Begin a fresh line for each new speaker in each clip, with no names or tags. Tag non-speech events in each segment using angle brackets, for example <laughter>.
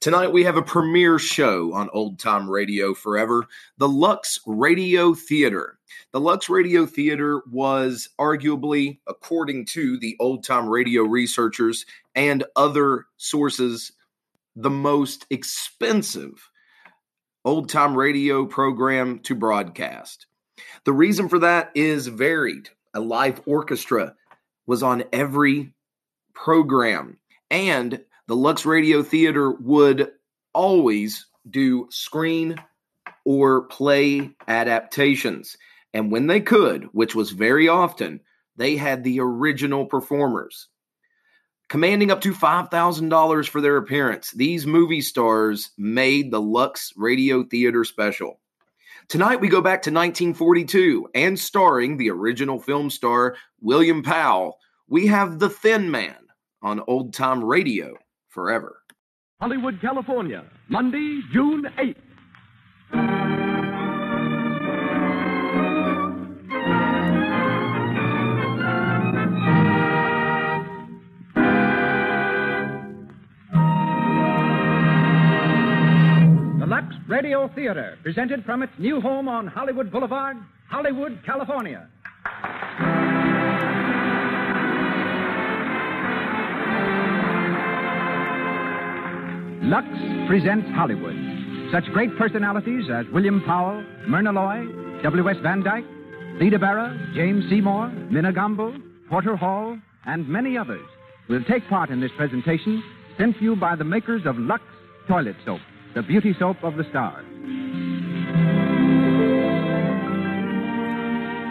Tonight we have a premiere show on Old Time Radio Forever, the Lux Radio Theater. The Lux Radio Theater was arguably, according to the old time radio researchers and other sources, the most expensive old time radio program to broadcast. The reason for that is varied. A live orchestra was on every program, and the Lux Radio Theater would always do screen or play adaptations. And when they could, which was very often, they had the original performers. Commanding up to $5,000 for their appearance, these movie stars made the Lux Radio Theater special. Tonight, we go back to 1942 and starring the original film star William Powell, we have The Thin Man on Old Time Radio forever.
Hollywood, California, Monday, June 8th.
The Lux Radio Theater, presented from its new home on Hollywood Boulevard, Hollywood, California. Lux presents Hollywood. Such great personalities as William Powell, Myrna Loy, W.S. Van Dyke, Lida Barra, James Seymour, Minna Gomble, Porter Hall, and many others will take part in this presentation sent you by the makers of Lux Toilet Soap, the beauty soap of the stars.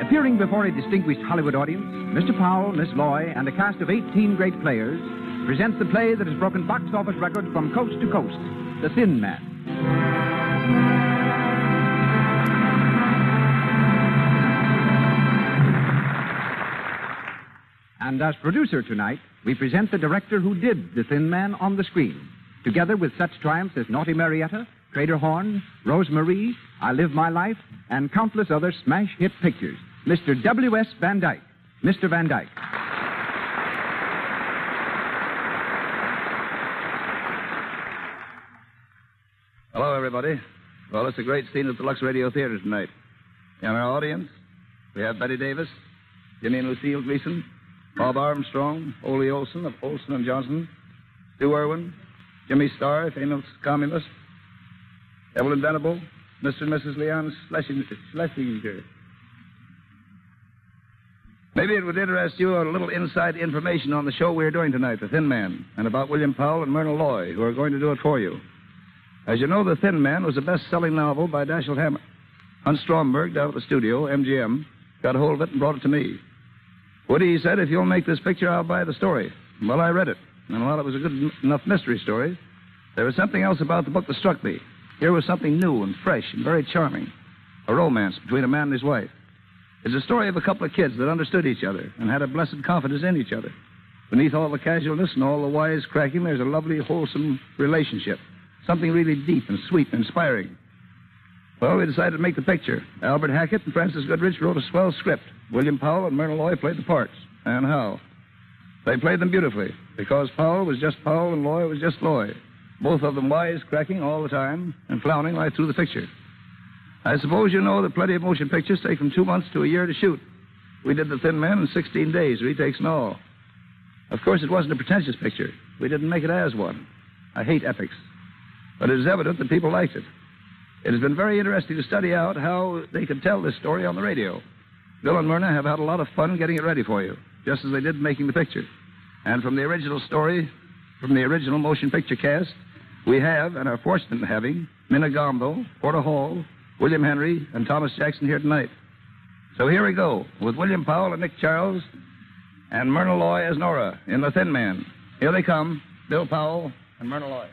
Appearing before a distinguished Hollywood audience, Mr. Powell, Miss Loy, and a cast of 18 great players presents the play that has broken box office records from coast to coast The Thin Man. And as producer tonight, we present the director who did The Thin Man on the screen, together with such triumphs as Naughty Marietta, Trader Horn, Rose Marie, I Live My Life, and countless other smash hit pictures, Mr. W.S. Van Dyke. Mr. Van Dyke.
Hello, everybody. Well, it's a great scene at the Lux Radio Theater tonight. In our audience, we have Betty Davis, Jimmy and Lucille Gleason, Bob Armstrong, Ole Olson of Olson and Johnson, Stu Irwin, Jimmy Starr, famous communist, Evelyn Venable, Mr. and Mrs. Leon Schlesing- Schlesinger. Maybe it would interest you a little inside information on the show we're doing tonight, The Thin Man, and about William Powell and Myrna Loy, who are going to do it for you. As you know, The Thin Man was a best-selling novel by Dashiell Hammett. Hunt Stromberg, down at the studio, MGM, got hold of it and brought it to me. Woody said, if you'll make this picture, I'll buy the story. Well, I read it, and while it was a good en- enough mystery story, there was something else about the book that struck me. Here was something new and fresh and very charming. A romance between a man and his wife. It's a story of a couple of kids that understood each other and had a blessed confidence in each other. Beneath all the casualness and all the wisecracking, there's a lovely, wholesome relationship. Something really deep and sweet and inspiring. Well, we decided to make the picture. Albert Hackett and Francis Goodrich wrote a swell script. William Powell and Myrna Loy played the parts. And how? They played them beautifully, because Powell was just Powell and Loy was just Loy. Both of them wisecracking all the time and clowning right through the picture. I suppose you know that plenty of motion pictures take from two months to a year to shoot. We did The Thin Man in 16 days, retakes and all. Of course, it wasn't a pretentious picture. We didn't make it as one. I hate epics. But it is evident that people liked it. It has been very interesting to study out how they could tell this story on the radio. Bill and Myrna have had a lot of fun getting it ready for you, just as they did making the picture. And from the original story, from the original motion picture cast, we have and are fortunate in having Minna Gombo, Porter Hall, William Henry, and Thomas Jackson here tonight. So here we go with William Powell and Nick Charles and Myrna Loy as Nora in The Thin Man. Here they come, Bill Powell and Myrna Loy.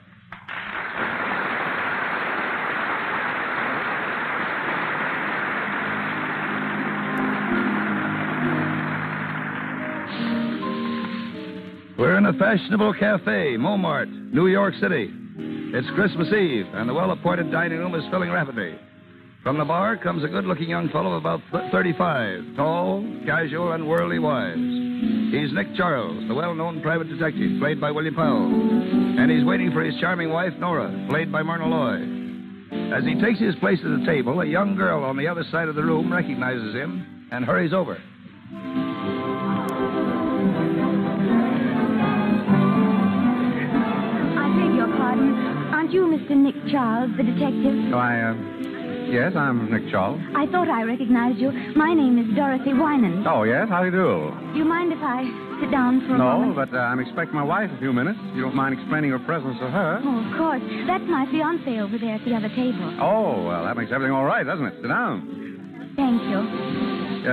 We're in a fashionable cafe, Momart, New York City. It's Christmas Eve, and the well appointed dining room is filling rapidly. From the bar comes a good looking young fellow of about th- 35, tall, casual, and worldly wise. He's Nick Charles, the well known private detective, played by William Powell. And he's waiting for his charming wife, Nora, played by Myrna Loy. As he takes his place at the table, a young girl on the other side of the room recognizes him and hurries over.
I beg your pardon. Aren't you Mr. Nick Charles, the detective?
I, uh, yes, I'm Nick Charles.
I thought I recognized you. My name is Dorothy Wynan.
Oh, yes, how do you do?
Do you mind if I sit down for a
No,
moment?
but uh, I'm expecting my wife in a few minutes. If you don't mind explaining your presence to her.
Oh, of course. That's my fiance over there at the other table.
Oh, well, that makes everything all right, doesn't it? Sit down.
Thank you.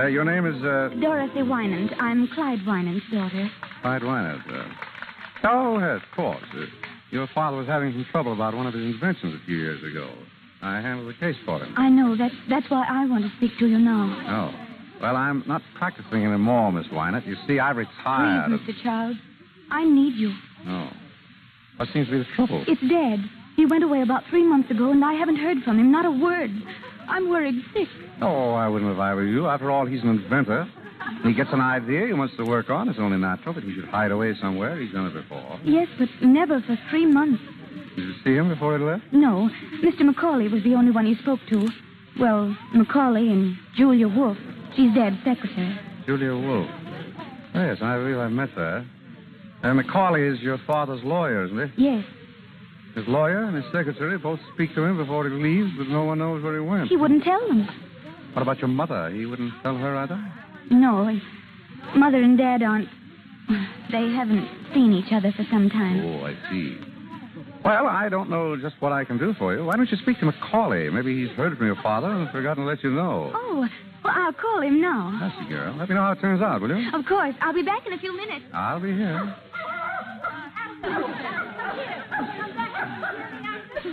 Uh, your name is uh,
Dorothy Wynant. I'm Clyde Wynant's daughter.
Clyde Wynant. Uh, oh, yes, of course. Uh, your father was having some trouble about one of his inventions a few years ago. I handled the case for him.
I know. That's, that's why I want to speak to you now.
Oh. Well, I'm not practicing anymore, Miss Wynant. You see, I retired.
Please, Mr. Charles. I need you.
Oh. What seems to be the trouble?
It's Dad. He went away about three months ago, and I haven't heard from him. Not a word. I'm worried sick.
Oh, I wouldn't if I were you. After all, he's an inventor. He gets an idea he wants to work on. It's only natural that he should hide away somewhere. He's done it before.
Yes, but never for three months.
Did you see him before he left?
No. Mr. Macaulay was the only one he spoke to. Well, Macaulay and Julia Wolf. She's Dad's secretary.
Julia Wolf. Oh, yes, I believe I met her. And Macaulay is your father's lawyer, isn't
Yes.
he? His lawyer and his secretary both speak to him before he leaves, but no one knows where he went.
He wouldn't tell them.
What about your mother? He wouldn't tell her either?
No. and Mother and Dad aren't. They haven't seen each other for some time.
Oh, I see. Well, I don't know just what I can do for you. Why don't you speak to Macaulay? Maybe he's heard from your father and has forgotten to let you know.
Oh, well, I'll call him now.
That's the girl. Let me know how it turns out, will you?
Of course. I'll be back in a few minutes.
I'll be here.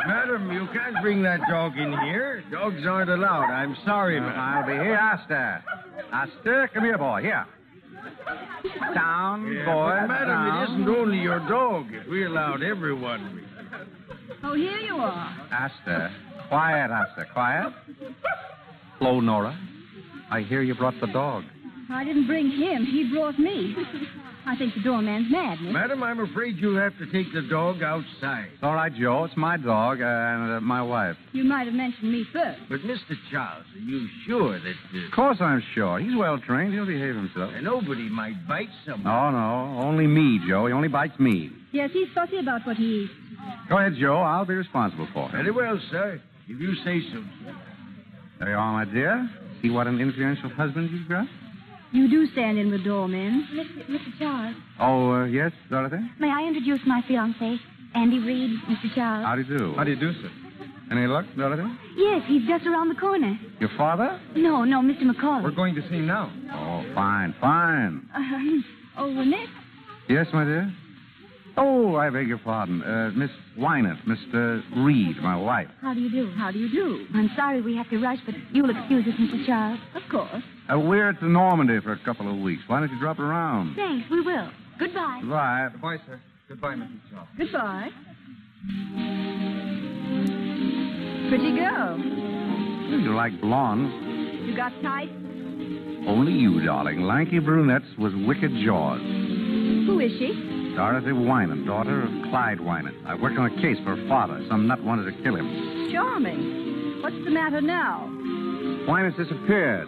Madam, you can't bring that dog in here. Dogs aren't allowed. I'm sorry, madam.
I'll be here, Asta. Asta, come here, boy. Here. Down,
Yeah,
boy.
but, madam,
down.
it isn't only your dog. If we allowed everyone,
Oh, here you are.
Asta. Quiet, Asta. Quiet. Hello, Nora. I hear you brought the dog.
I didn't bring him. He brought me. I think the doorman's mad.
Hmm?
we... madam, I'm afraid you'll have to take the dog outside.
It's all right, Joe. It's my dog uh, and uh, my wife.
You might have mentioned me first.
But, Mr. Charles, are you sure that
Of
uh,
course I'm sure. He's well trained. He'll behave himself.
nobody might bite someone?
No, no. Only me, Joe. He only bites me.
Yes, he's fussy about what he eats.
Go ahead, Joe. I'll be responsible for
Very
him.
well, sir. If you say so. sir.
There you are, my dear. See what an influential husband you've got?
You do stand in with doormen. Mr. Mr. Charles,
Oh, uh, yes, Dorothy?
may I introduce my fiancé, Andy Reed, Mr. Charles?
How do you do?
you do, sir?
Any luck, Dorothy?
Yes, he's just around the corner.
Your father?
No, no, Mr. McCall.
going to see him now.
Oh, fine, fine.
Um, oh, Nick.
Yes, my dear? Oh, I beg your pardon. Uh, Miss Wynant, Mr. Reed, my wife.
How do you do? How do you do? I'm sorry we have to rush, but you'll excuse us, Mr. Charles. Of course.
Uh, we're at the Normandy for a couple of weeks. Why don't you drop around?
Thanks, we will. Goodbye.
Right.
Goodbye, sir. Goodbye, Mr. Charles.
Goodbye. Pretty girl.
You like blondes.
You got tight?
Only you, darling. Lanky brunettes with wicked jaws.
Who is she?
Dorothy Wynan, daughter of Clyde Wynan. I worked on a case for her father. Some nut wanted to kill him.
Charming. What's the matter now?
Wynan's disappeared.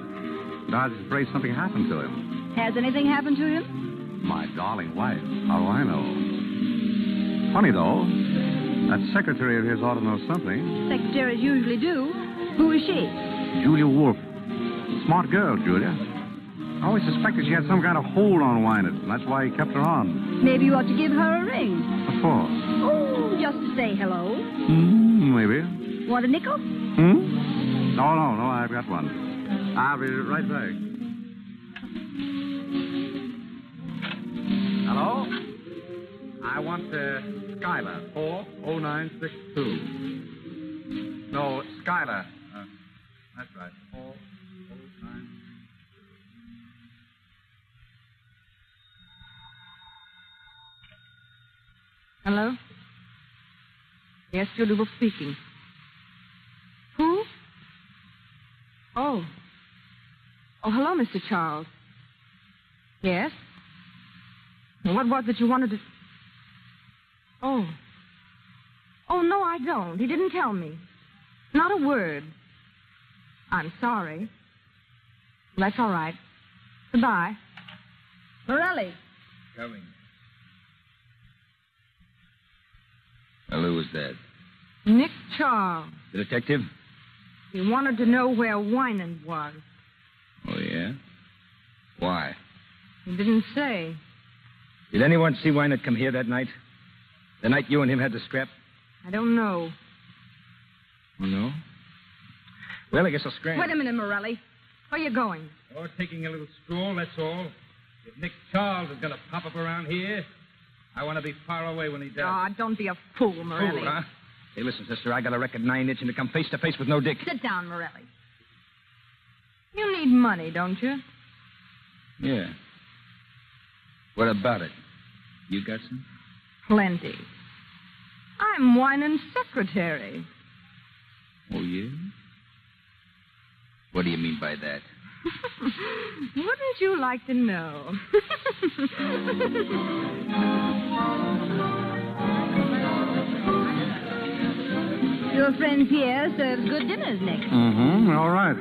Dorothy's afraid something happened to him.
Has anything happened to him?
My darling wife. How do I know? Funny, though. That secretary of his ought to know something.
Secretaries usually do. Who is she?
Julia Wolf. Smart girl, Julia. I always suspected she had some kind of hold on Wynan, and that's why he kept her on.
Maybe you ought to give her a ring.
Of course.
Oh, just to say hello.
Hmm, maybe.
Want a nickel?
Hmm? No, no, no, I've got one. I'll be right back. Hello? I want uh, oh Skylar, 40962. No, Skylar. Uh, that's right, 40962.
Hello? Yes, Gilderoy speaking. Who? Oh. Oh, hello, Mr. Charles. Yes? What was it you wanted to. Oh. Oh, no, I don't. He didn't tell me. Not a word. I'm sorry. That's all right. Goodbye. Morelli.
Coming. Well, who was that?
Nick Charles.
The detective?
He wanted to know where Winan was.
Oh, yeah? Why?
He didn't say.
Did anyone see Wynette come here that night? The night you and him had the scrap?
I don't know.
Oh, no?
Well, I guess I'll scram.
Wait a minute, Morelli. Where you going? <laughs>
Oh, taking a little stroll, that's all. If Nick Charles is going to pop up around here, I want to be far away when he does.
Ah, don't be a fool, Morelli.
Fool, huh? Hey, listen, sister, I got a record nine inch and to come face to face with no dick.
Sit down, Morelli. You need money, don't you?
Yeah. What about it? You got some?
Plenty. I'm Winan's secretary.
Oh, yeah? What do you mean by that?
Wouldn't you like to know? <laughs>
Your friend Pierre serves good dinners, Nick.
Mm-hmm. All right.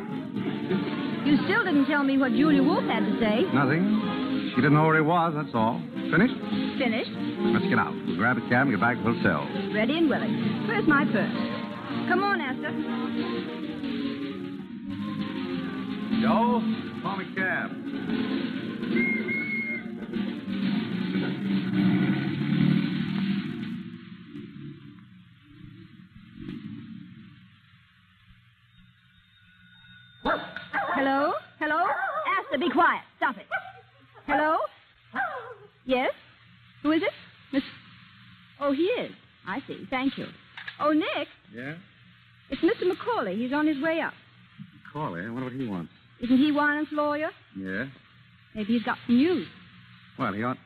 You still didn't tell me what Julia Wolf had to say.
Nothing. She didn't know where he was, that's all. Finished?
Finished.
Let's get out. We'll grab a cab and get back to the hotel.
Ready and willing. Where's my purse? Come on, Esther.
Joe, call me cab.
Hello? Hello? Esther, be quiet. Stop it. Hello? Yes? Who is it? Miss. Oh, he is. I see. Thank you. Oh, Nick,
Yeah?
it's Mr. McCauley. He's on his way up.
Corley, eh? what would he want?
Isn't he Wyman's lawyer?
Yeah?
Maybe he's got some news.
Well, he ought.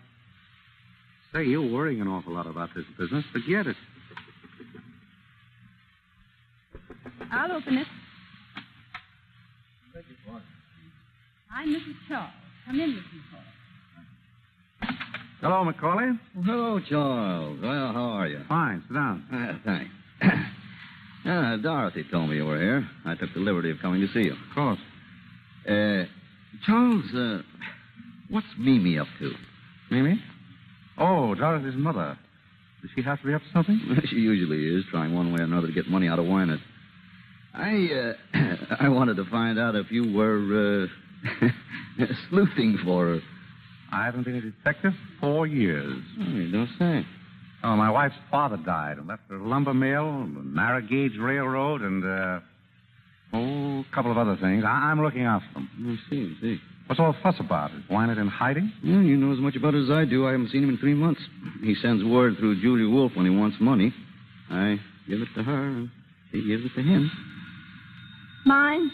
Say, you're worrying an awful lot about this business. Forget it.
I'll open it. I'm Mrs. Charles. Come in, Mrs. McCauley.
Hello, Macaulay.
Well, hello, Charles. Well, how are you?
Fine, sit down.
Ah, thanks. <clears throat> Ah, Dorothy told me you were here. I took the liberty of coming to see you.
Of course.
Uh, Charles, uh, what's Mimi up to?
Mimi? Oh, Dorothy's mother. Does she have to be up to something?
<laughs> she usually is, trying one way or another to get money out of Wynette. <clears throat> I, uh, I wanted to find out if you were, uh, <laughs> sleuthing for her.
I haven't been a detective four years.
Oh, you don't say.
Oh, my wife's father died and left her a lumber mill, a narrow gauge railroad, and uh, oh, a couple of other things. I- I'm looking after them.
I see, I see.
What's all the fuss about? Is Wynette in hiding?
Yeah, you know as much about it as I do. I haven't seen him in three months. He sends word through Julia Wolf when he wants money. I give it to her, and she gives it to him.
Mine?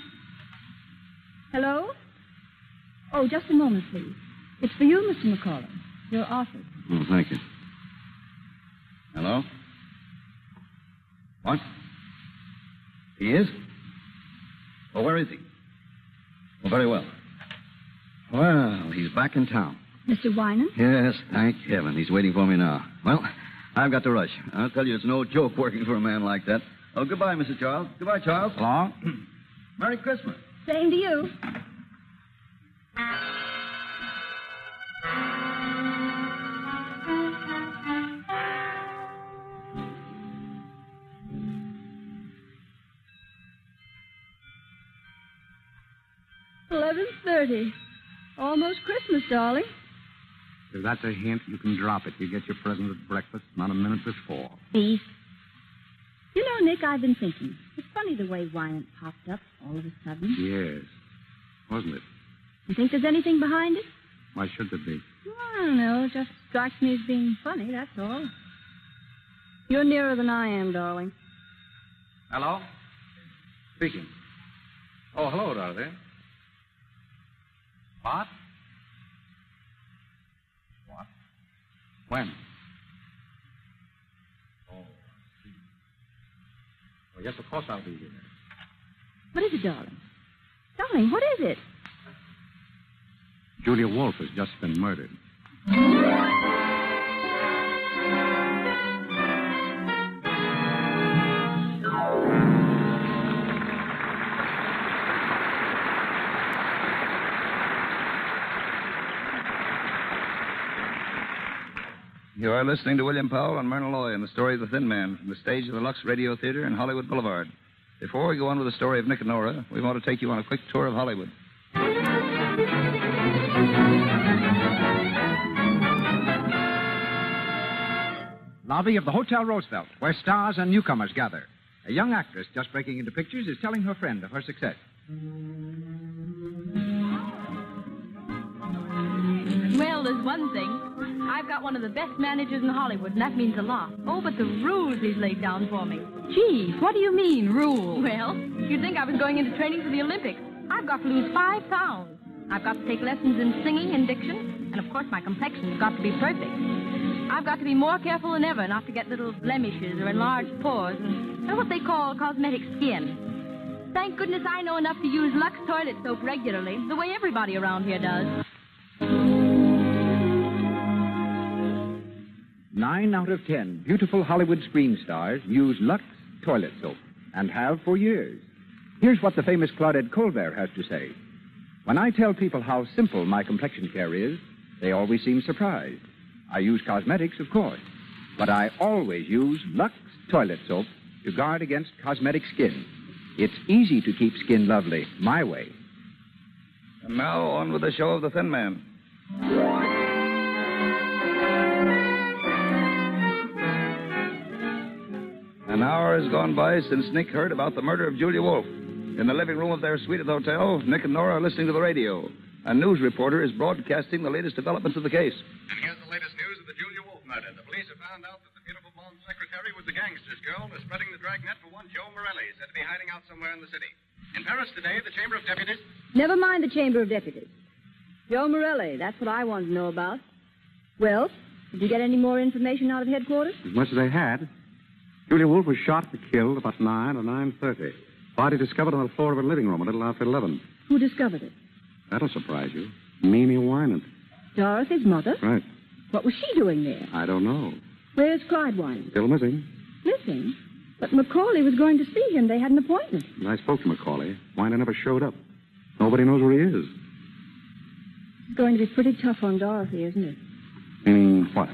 Hello? Oh, just a moment, please. It's for you, Mr. McCauley. Your office.
Oh, thank you. Hello? What? He is? Well, where is he? Well, very well. Well, he's back in town.
Mr. Wynan?
Yes, thank heaven. He's waiting for me now. Well, I've got to rush. I'll tell you, it's no joke working for a man like that. Oh, goodbye, Mr. Charles. Goodbye, Charles.
Long?
Merry Christmas.
Same to you. Eleven thirty. Almost Christmas, darling.
If that's a hint, you can drop it. You get your present at breakfast, not a minute before.
Beef. You know, Nick, I've been thinking. It's funny the way Wynant popped up all of
Hmm?
a sudden.
Yes. Wasn't it?
You think there's anything behind it?
Why should there be?
Well, I don't know. It just strikes me as being funny, that's all. You're nearer than I am, darling.
Hello? Speaking. Oh, hello, Dorothy. What? What? When? Oh,
Well, yes, of course I'll be here.
What is it, darling? Darling, what is it?
Julia Wolf has just been murdered.
You are listening to William Powell and Myrna Loy in the story of the Thin Man from the stage of the Lux Radio Theater in Hollywood Boulevard. Before we go on with the story of Nick and Nora, we want to take you on a quick tour of Hollywood.
Lobby of the Hotel Roosevelt, where stars and newcomers gather. A young actress just breaking into pictures is telling her friend of her success.
Well, there's one thing. I've got one of the best managers in Hollywood, and that means a lot. Oh, but the rules he's laid down for me. Gee, what do you mean, rules? Well, you'd think I was going into training for the Olympics. I've got to lose five pounds. I've got to take lessons in singing and diction, and of course my complexion's got to be perfect. I've got to be more careful than ever not to get little blemishes or enlarged pores and, and what they call cosmetic skin. Thank goodness I know enough to use Lux toilet soap regularly, the way everybody around here does.
Nine out of ten beautiful Hollywood screen stars use Lux toilet soap and have for years. Here's what the famous Claudette Colbert has to say. When I tell people how simple my complexion care is, they always seem surprised. I use cosmetics, of course, but I always use Lux toilet soap to guard against cosmetic skin. It's easy to keep skin lovely my way.
And now on with the show of the Thin Man. An hour has gone by since Nick heard about the murder of Julia Wolf. In the living room of their suite at the hotel, Nick and Nora are listening to the radio. A news reporter is broadcasting the latest developments of the case.
And here's the latest news of the Julia Wolf murder. The police have found out that the beautiful blonde secretary was the gangster's girl and is spreading the dragnet for one Joe Morelli, said to be hiding out somewhere in the city. In Paris today, the Chamber of Deputies.
Never mind the Chamber of Deputies. Joe Morelli, that's what I want to know about. Well, did you get any more information out of headquarters?
As much as they had. Julia Wolf was shot and killed about 9 or 9.30. Body discovered on the floor of her living room a little after 11.
Who discovered it?
That'll surprise you. Mimi Wynant.
Dorothy's mother?
Right.
What was she doing there?
I don't know.
Where's Clyde Wine?
Still missing.
Missing? But Macaulay was going to see him. They had an appointment.
I spoke to Macaulay. Wynant never showed up. Nobody knows where he is.
It's going to be pretty tough on Dorothy, isn't it?
Meaning what?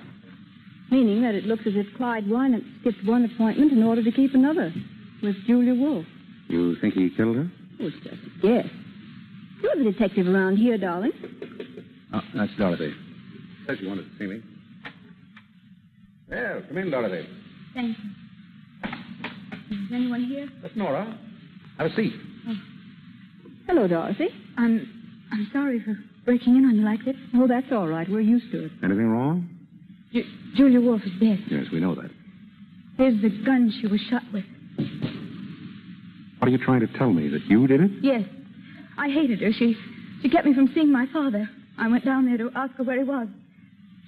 Meaning that it looks as if Clyde Wynant skipped one appointment in order to keep another with Julia Wolf.
You think he killed her?
Oh, it's just a guess. You're the detective around here, darling.
Oh, that's Dorothy. Said you wanted to see me. Well, come in, Dorothy.
Thank you. Is anyone here?
That's Nora. Have a seat.
Hello, Dorothy.
I'm I'm sorry for breaking in on you like this.
Oh, that's all right. We're used to it.
Anything wrong?
Ju- Julia Wolf is dead.
Yes, we know that.
Here's the gun she was shot with.
What are you trying to tell me? That you did it?
Yes. I hated her. She she kept me from seeing my father. I went down there to ask her where he was.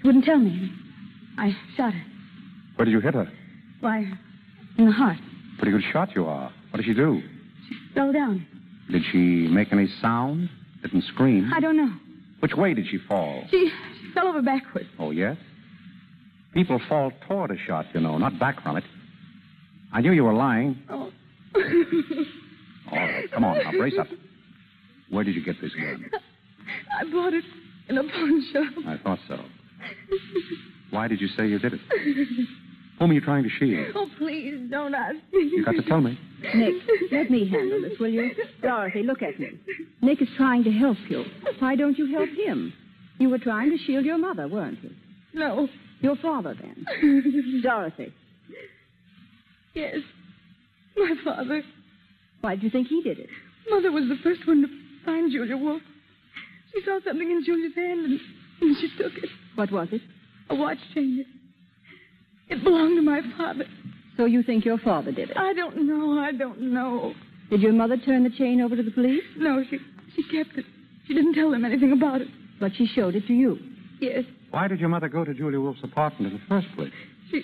She wouldn't tell me. I shot her.
Where did you hit her?
Why? In the heart.
Pretty good shot you are. What did she do?
Fell down.
Did she make any sound? Didn't scream?
I don't know.
Which way did she fall?
She, she fell over backward.
Oh, yes? People fall toward a shot, you know, not back from it. I knew you were lying.
Oh.
All right, come on now, brace up. Where did you get this gun?
I bought it in a pawn shop.
I thought so. Why did you say you did it? Whom are you trying to shield?
Oh, please don't ask
You got to tell me.
Nick, let me handle this,
<laughs>
will you? Dorothy, look at me. Nick is trying to help you. Why don't you help him? You were trying to shield your mother, weren't you?
No.
Your father, then.
<laughs>
Dorothy,
Yes. My father.
why do you think he did it?
Mother was the first one to find Julia Wolf. She saw something in Julia's hand and, and she took it.
What was it?
A watch chain. It, it belonged to my father.
So you think your father did it?
I don't know. I don't know.
Did your mother turn the chain over to the police?
No, she she kept it. She didn't tell them anything about it.
But she showed it to you.
Yes.
Why did your mother go to Julia Wolf's apartment in the first place?
She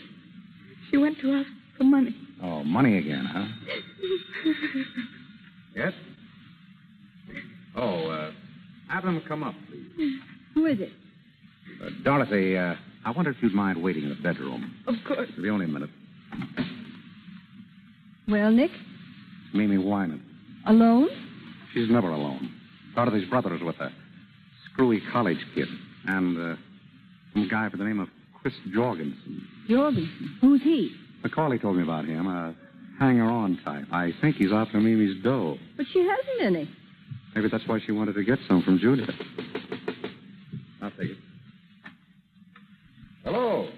she went to ask for money.
Oh, money again, huh?
Yes? Oh, uh, have them come up, please.
<laughs> Who is it?
Uh, Dorothy, uh, I wonder if you'd mind waiting in the bedroom.
Of course.
It'll be only a minute.
Well, Nick,
Mimi Wyman.
alone?
She's never alone. Dorothy's brother is with her. Screwy college kid. And uh, some guy by the name of Chris Jorgensen.
Jorgensen. Who's he?
McCauley told me about him. A hanger-on type. I think he's after Mimi's dough.
But she hasn't any.
Maybe that's why she wanted to get some from Julia. I'll take it.
Hello.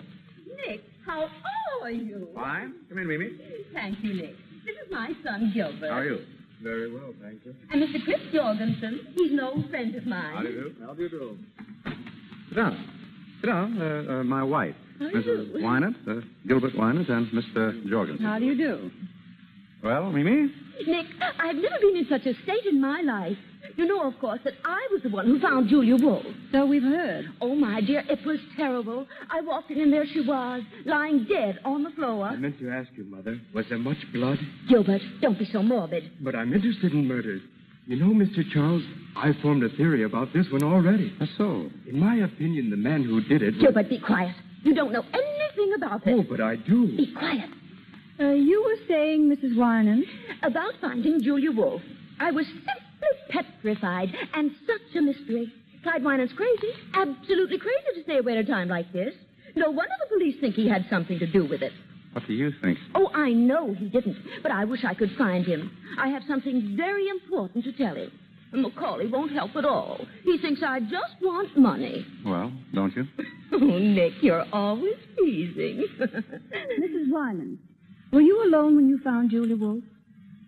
Nick, how are you?
Fine. Come in, Mimi.
Thank you, Nick. This is my son, Gilbert.
How are you? Very well, thank you.
And Mr. Chris Jorgensen. He's an old friend of mine.
How do you do? How do you do?
Sit down. Sit down. Uh, uh, my wife,
How do you
Mrs.
do?
Wynant, uh, Gilbert Wynant, and Mr. Jorgensen.
How do you do?
Well, Mimi?
Nick, I've never been in such a state in my life. You know, of course, that I was the one who found Julia Wolf.
So we've heard.
Oh, my dear, it was terrible. I walked in and there she was, lying dead on the floor.
meant to ask you, Mother, was there much blood?
Gilbert, don't be so morbid.
But I'm interested in murders. You know, Mr. Charles, I formed a theory about this one already.
so?
In my opinion, the man who did it. was-
Gilbert, be quiet. You don't know anything about it.
Oh, but I do.
Be quiet.
Uh, you were saying, Mrs. Wynant?
About finding Julia Wolf. I was simply petrified and such a mystery. Clyde Wynant's crazy, absolutely crazy to stay away at a time like this. No wonder the police think he had something to do with it.
What do you think?
Oh, I know he didn't, but I wish I could find him. I have something very important to tell him. Macaulay won't help at all. He thinks I just want money.
Well, don't you?
Oh, Nick, you're always teasing. <laughs>
Mrs. Wyman, were you alone when you found Julia Wolf?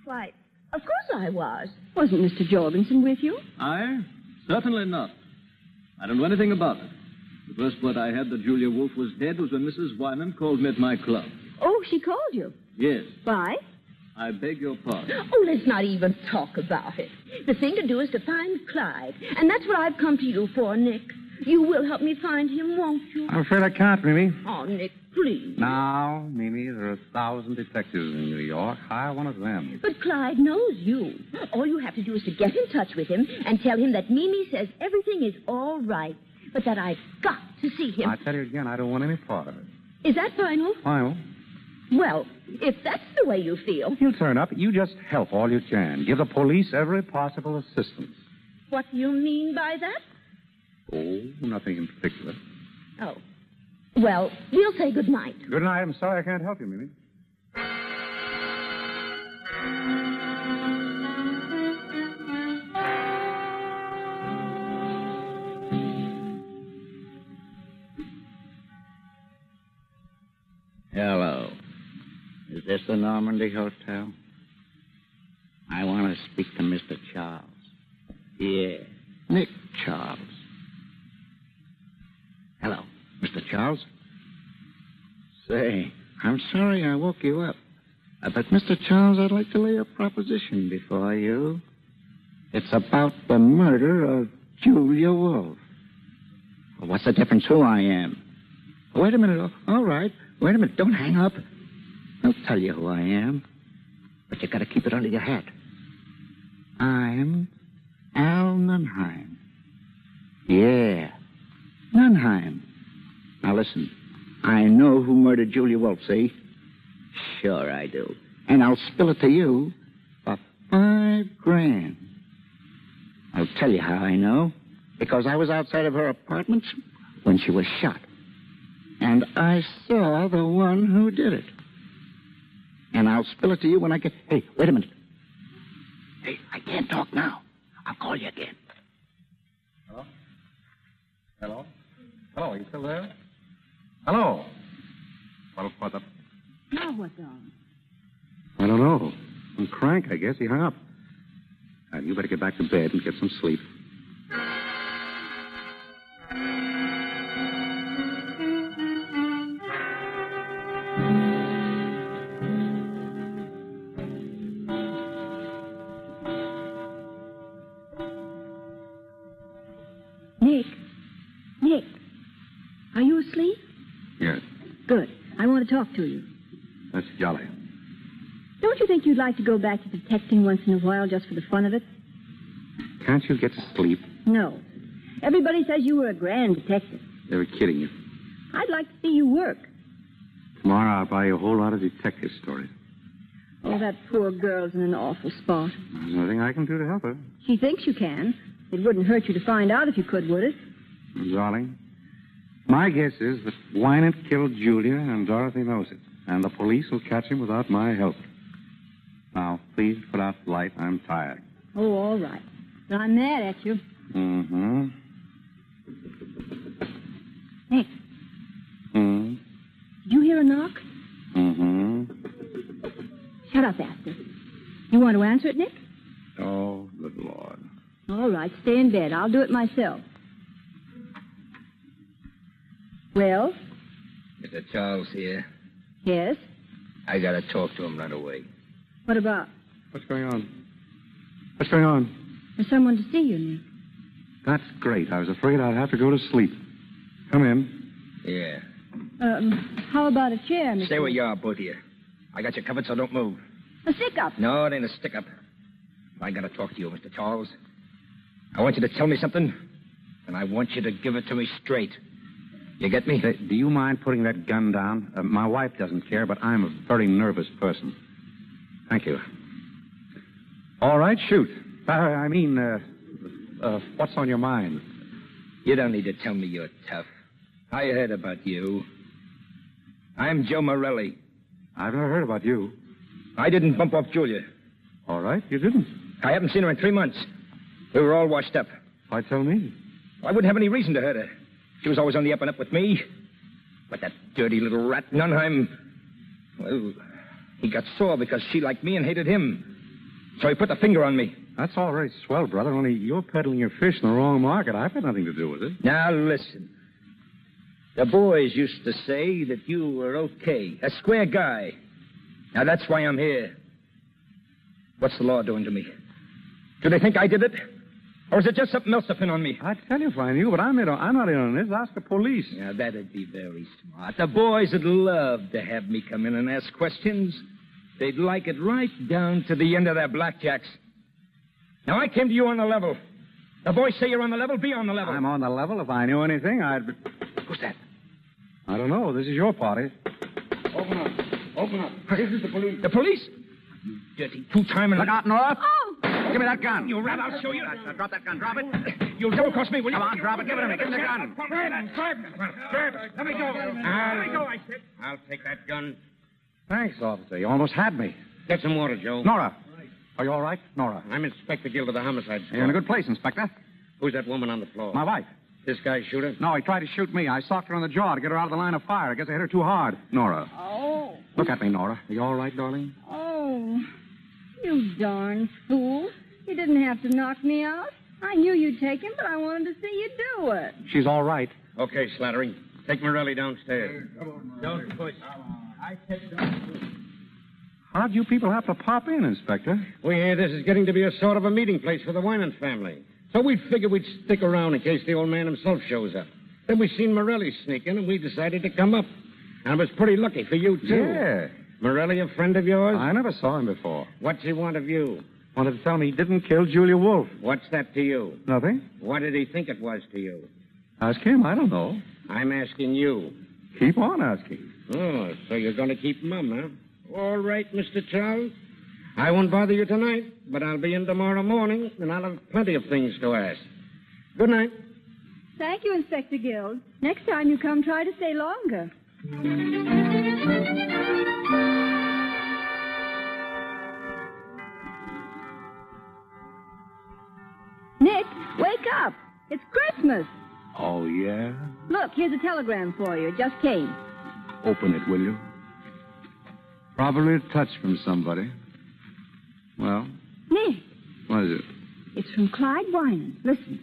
Why, of course I was.
Wasn't Mr. Jorgensen with you?
I? Certainly not. I don't know anything about it. The first word I had that Julia Wolf was dead was when Mrs. Wyman called me at my club.
Oh, she called you.
Yes,
Why?
I beg your pardon.
Oh, let's not even talk about it. The thing to do is to find Clyde, and that's what I've come to you for, Nick. You will help me find him, won't you?
I'm afraid I can't, Mimi.
Oh, Nick, please.
Now, Mimi, there are a thousand detectives in New York. Hire one of them.
But Clyde knows you. All you have to do is to get in touch with him and tell him that Mimi says everything is all right, but that I've got to see him.
I tell you again, I don't want any part of it.
Is that final?
Final.
Well, if that's the way you feel,
He'll turn up. You just help all you can. Give the police every possible assistance.
what do you mean by that?
Oh, nothing in particular.
Oh. Well, we'll say good night.
Good night. I'm sorry I can't help you, Mimi.
Hello. Is this the Normandy Hotel? I want to speak to Mr. Charles. Yeah. Nick Charles. Hello, Mr. Charles. Say, I'm sorry I woke you up. Uh, But, Mr. Charles, I'd like to lay a proposition before you. It's about the murder of Julia Wolf. Well, what's the difference who I am? Wait a minute. All right. Wait a minute. Don't hang up. I'll tell you who I am. But you got to keep it under your hat. I'm Al Nunheim. Yeah. Nunheim. Now listen. I know who murdered Julia Wolf, see? Sure I do. And I'll spill it to you for five grand. I'll tell you how I know. Because I was outside of her apartment when she was shot. And I saw the one who did it. And I'll spill it to you when I get. Hey, wait a minute. Hey, I can't talk now. I'll call you again.
Hello? Hello, are you still there? Hello? Well, what the...
Now what, darling?
I don't know. I'm crank, I guess. He hung up. Uh, you better get back to bed and get some sleep.
Nick. Nick. Are you asleep?
Yes.
Good. I want to talk to you.
That's jolly.
Don't you think you'd like to go back to detecting once in a while just for the fun of it?
Can't you get to sleep?
No. Everybody says you were a grand detective.
They were kidding you.
I'd like to see you work.
Tomorrow I'll buy you a whole lot of detective stories.
Oh, that poor girl's in an awful spot.
There's nothing I can do to help her.
She thinks you can. It wouldn't hurt you to find out if you could, would it?
Darling, my guess is that Wynant killed Julia, and Dorothy knows it. And the police will catch him without my help. Now, please put out the light. I'm tired.
Oh, all right. But I'm mad at you.
Mm-hmm.
Nick,
Mm-hmm.
did you hear a knock?
Mm-hmm.
Shut up, Astor. You want to answer it, Nick?
Oh, good Lord.
All right, stay in bed. I'll do it myself. Well,
Mr. Charles here.
yes.
I gotta talk to him right away.
What about?
What's going on? What's going on?
There's someone to see you, Nick.
That's great. I was afraid I'd have to go to sleep. Come in.
Yeah.
Um, how about a chair, Mr.
Stay where you are, both of you. I got you covered, so don't move.
A stick up.
No, it ain't a stick up. I gotta talk to you, Mr. Charles. I want you to tell me something, and I want you to give it to me straight. You get me?
do you mind putting that gun down? Uh, my wife doesn't care, but I'm a very nervous person. Thank you. All right, shoot. Uh, I mean, uh, uh, what's on your mind?
You don't need to tell me you're tough. I heard about you. I'm Joe Morelli.
I've never heard about you.
I didn't bump off Julia.
All right, you didn't.
I haven't seen her in three months. We were all washed up.
Why tell me?
I wouldn't have any reason to hurt her. She was always on the up and up with me. But that dirty little rat Nunheim, well, he got sore because she liked me and hated him. So he put the finger on me.
That's all very swell, brother, only you're peddling your fish in the wrong market. I've got nothing to do with it.
Now listen. The boys used to say that you were okay, a square guy. Now that's why I'm here. What's the law doing to me? Do they think I did it? Or is it just something else to pin on me?
I'd tell you if I knew, but I'm, in, I'm not in on this. Ask the police.
Now, that'd be very smart. The boys would love to have me come in and ask questions. They'd like it right down to the end of their blackjacks. Now, I came to you on the level. The boys say you're on the level. Be on the level.
I'm on the level. If I knew anything, I'd. Be...
Who's that?
I don't know. This is your party.
Open up. Open up. This is the police. The police? You dirty two-time...
Look out, Nora.
Oh!
Give me that gun.
You rat, I'll show you.
Now, drop that gun. Drop it.
You'll double cross me, will you?
Come on, drop it. Give it to me. Give me the gun.
Grab it. Grab it. Let me go. Let me go, I said. I'll take that gun.
Thanks, officer. You almost had me.
Get some water, Joe.
Oh. Nora. Are you all right, Nora?
I'm Inspector Gill of the Homicide Squad.
You're in a good place, Inspector.
Who's that woman on the floor?
My wife.
This guy shoot her?
No, he tried to shoot me. I socked her on the jaw to get her out of the line of fire. I guess I hit her too hard. Nora.
Oh.
Look at me, Nora. Are you all right, darling?
Oh. You darn fool. You didn't have to knock me out. I knew you'd take him, but I wanted to see you do it.
She's all right.
Okay, Slattery. Take Morelli downstairs.
Don't push. I said
How'd you people have to pop in, Inspector?
We hear this is getting to be a sort of a meeting place for the Winans family. So we figured we'd stick around in case the old man himself shows up. Then we seen Morelli sneak in, and we decided to come up. And it was pretty lucky for you, too.
Yeah.
Morelli, a friend of yours?
I never saw him before.
What's he want of you?
Wanted to tell me he didn't kill Julia Wolf.
What's that to you?
Nothing.
What did he think it was to you?
Ask him. I don't know.
I'm asking you.
Keep on asking.
Oh, so you're going to keep mum, huh? All right, Mr. Charles. I won't bother you tonight, but I'll be in tomorrow morning, and I'll have plenty of things to ask. Good night.
Thank you, Inspector Guild. Next time you come, try to stay longer. Nick, wake up. It's Christmas.
Oh, yeah?
Look, here's a telegram for you. It just came.
Open it, will you? Probably a touch from somebody. Well,
Nick,
what is it?
it's from Clyde Wynan. Listen.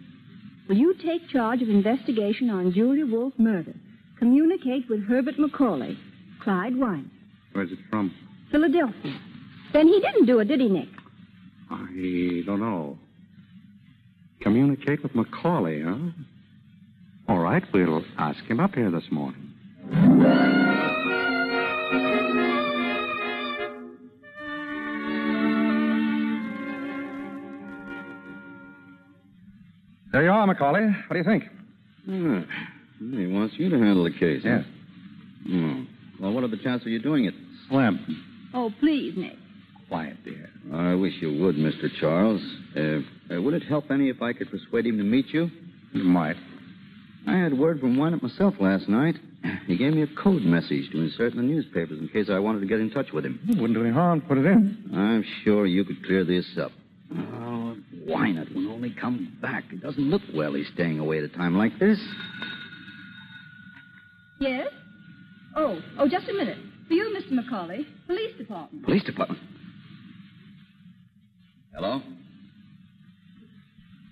Will you take charge of investigation on Julia Wolf murder? Communicate with Herbert McCauley. Clyde Wynan.
Where's it from?
Philadelphia. Then he didn't do it, did he, Nick?
I don't know. Communicate with Macaulay, huh? All right, we'll ask him up here this morning. Macaulay. What do you think?
Hmm. He wants you to handle the case.
Yes.
Huh? Hmm. Well, what are the chances of you doing it?
Slim.
Oh, please, Nick.
Quiet, dear.
I wish you would, Mr. Charles. Uh, uh, would it help any if I could persuade him to meet you?
You might.
I had word from Wynant myself last night. He gave me a code message to insert in the newspapers in case I wanted to get in touch with him.
It wouldn't do any harm to put it in.
I'm sure you could clear this up.
Oh, Wynant will only come back.
It doesn't look well he's staying away at a time like this.
Yes? Oh, oh, just a minute. For you, Mr. Macaulay, police department.
Police department. Hello?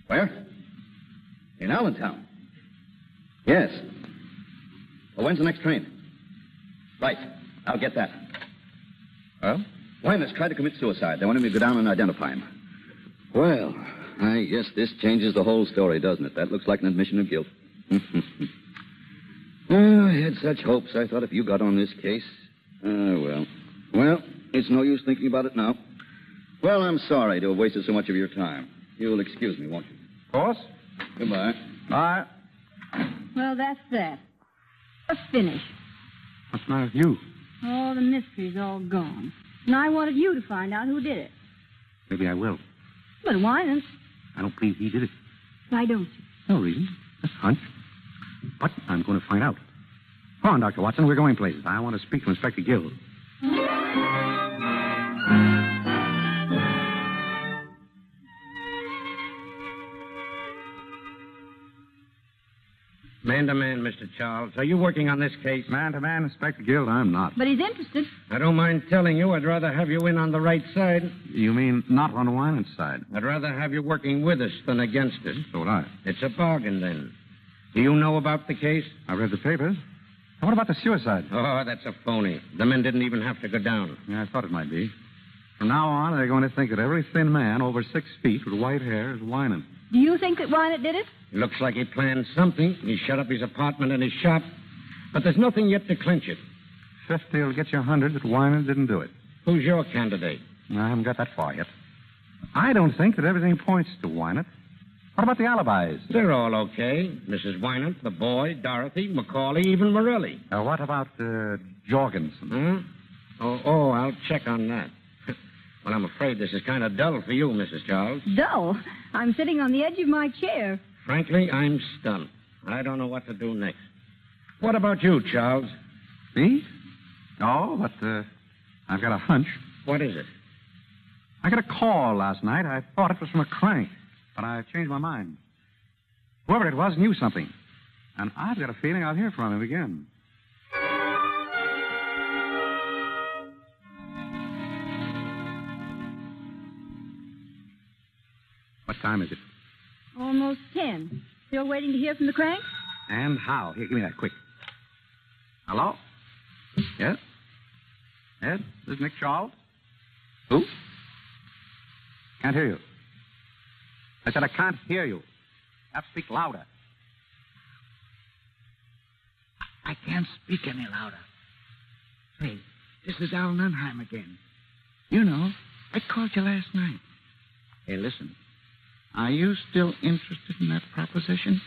Where? In Allentown. Yes. Well, when's the next train? Right. I'll get that. Well? Wyman's tried to commit suicide. They wanted me to go down and identify him. Well, I guess this changes the whole story, doesn't it? That looks like an admission of guilt. <laughs> oh, I had such hopes. I thought if you got on this case. Oh, well. Well, it's no use thinking about it now. Well, I'm sorry to have wasted so much of your time. You'll excuse me, won't you?
Of course.
Goodbye.
Bye.
Well, that's that. A finish.
What's the matter with you?
All the mystery's all gone. And I wanted you to find out who did it.
Maybe I will.
But why not?
I don't believe he did it.
Why don't you?
No reason. Just a hunch. But I'm going to find out. Come on, Dr. Watson. We're going places. I want to speak to Inspector Gill.
Man to man, Mr. Charles. Are you working on this case?
Man to man, Inspector Guild, I'm not.
But he's interested.
I don't mind telling you, I'd rather have you in on the right side.
You mean not on Wyman's side?
I'd rather have you working with us than against us.
So would I.
It's a bargain, then. Do you know about the case?
I read the papers. And what about the suicide?
Oh, that's a phony. The men didn't even have to go down.
Yeah, I thought it might be. From now on, they're going to think that every thin man over six feet with white hair is Wyman.
Do you think that Wynant did it?
Looks like he planned something. He shut up his apartment and his shop, but there's nothing yet to clinch it.
Fifty will get you a hundred that Wynant didn't do it.
Who's your candidate?
I haven't got that far yet. I don't think that everything points to Wynant. What about the alibis?
They're all okay. Mrs. Wynant, the boy, Dorothy, Macaulay, even Morelli.
Uh, what about uh, Jorgensen?
Hmm? Oh, oh, I'll check on that. <laughs> Well, I'm afraid this is kind of dull for you, Mrs. Charles.
Dull? I'm sitting on the edge of my chair.
Frankly, I'm stunned. I don't know what to do next. What about you, Charles?
Me? No, but uh, I've got a hunch.
What is it?
I got a call last night. I thought it was from a crank, but I changed my mind. Whoever it was knew something, and I've got a feeling I'll hear from him again. What time is it?
Almost ten. Still waiting to hear from the crank?
And how? Here, give me that quick. Hello? Yes? Ed, this is Nick Charles.
Who?
Can't hear you. I said I can't hear you. Have to speak louder.
I can't speak any louder. Hey, this is Al Nunheim again. You know, I called you last night. Hey, listen. Are you still interested in that proposition?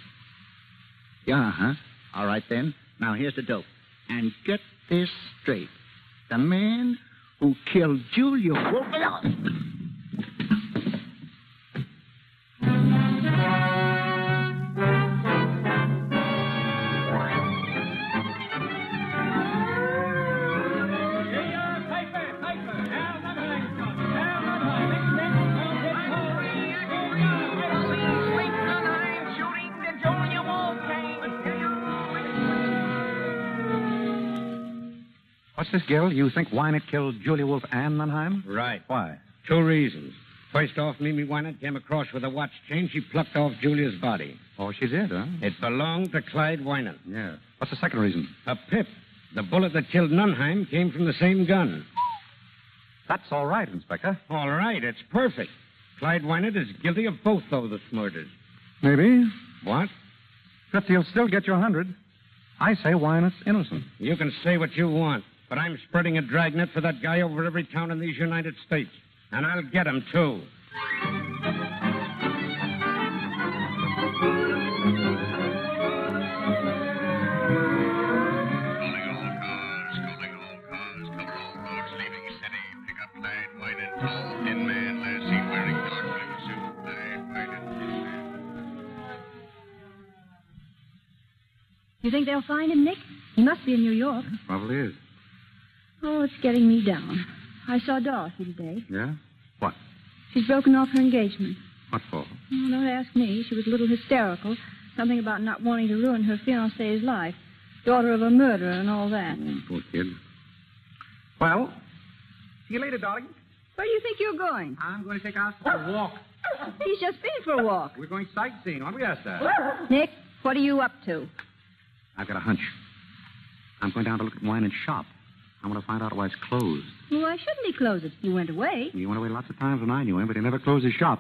Yeah, huh? All right, then. Now, here's the dope.
And get this straight. The man who killed Julia Wolf.
This Gill, you think Wynant killed Julia Wolf and Nunheim?
Right.
Why?
Two reasons. First off, Mimi Wynant came across with a watch chain she plucked off Julia's body.
Oh, she did, huh?
It belonged to Clyde Wynant.
Yeah. What's the second reason?
A pip. The bullet that killed Nunheim came from the same gun.
That's all right, Inspector.
All right, it's perfect. Clyde Wynant is guilty of both of those murders.
Maybe.
What?
Fifty will still get you a hundred. I say Wynant's innocent.
You can say what you want. But I'm spreading a dragnet for that guy over every town in these United States. And I'll get him, too.
You think they'll find him, Nick? He must be in New York.
Probably is.
Oh, it's getting me down. I saw Dorothy today.
Yeah? What?
She's broken off her engagement.
What for?
Oh, don't ask me. She was a little hysterical. Something about not wanting to ruin her fiancé's life. Daughter of a murderer and all that.
Poor kid. Well, see you later, darling.
Where do you think you're going?
I'm going to take us for a walk.
He's just been for a walk.
We're going sightseeing, aren't
<laughs>
we, Esther?
Nick, what are you up to?
I've got a hunch. I'm going down to look at Winan's shop. I want to find out why it's closed.
Why shouldn't he close it? He went away.
He went away lots of times when I knew him, but he never closed his shop.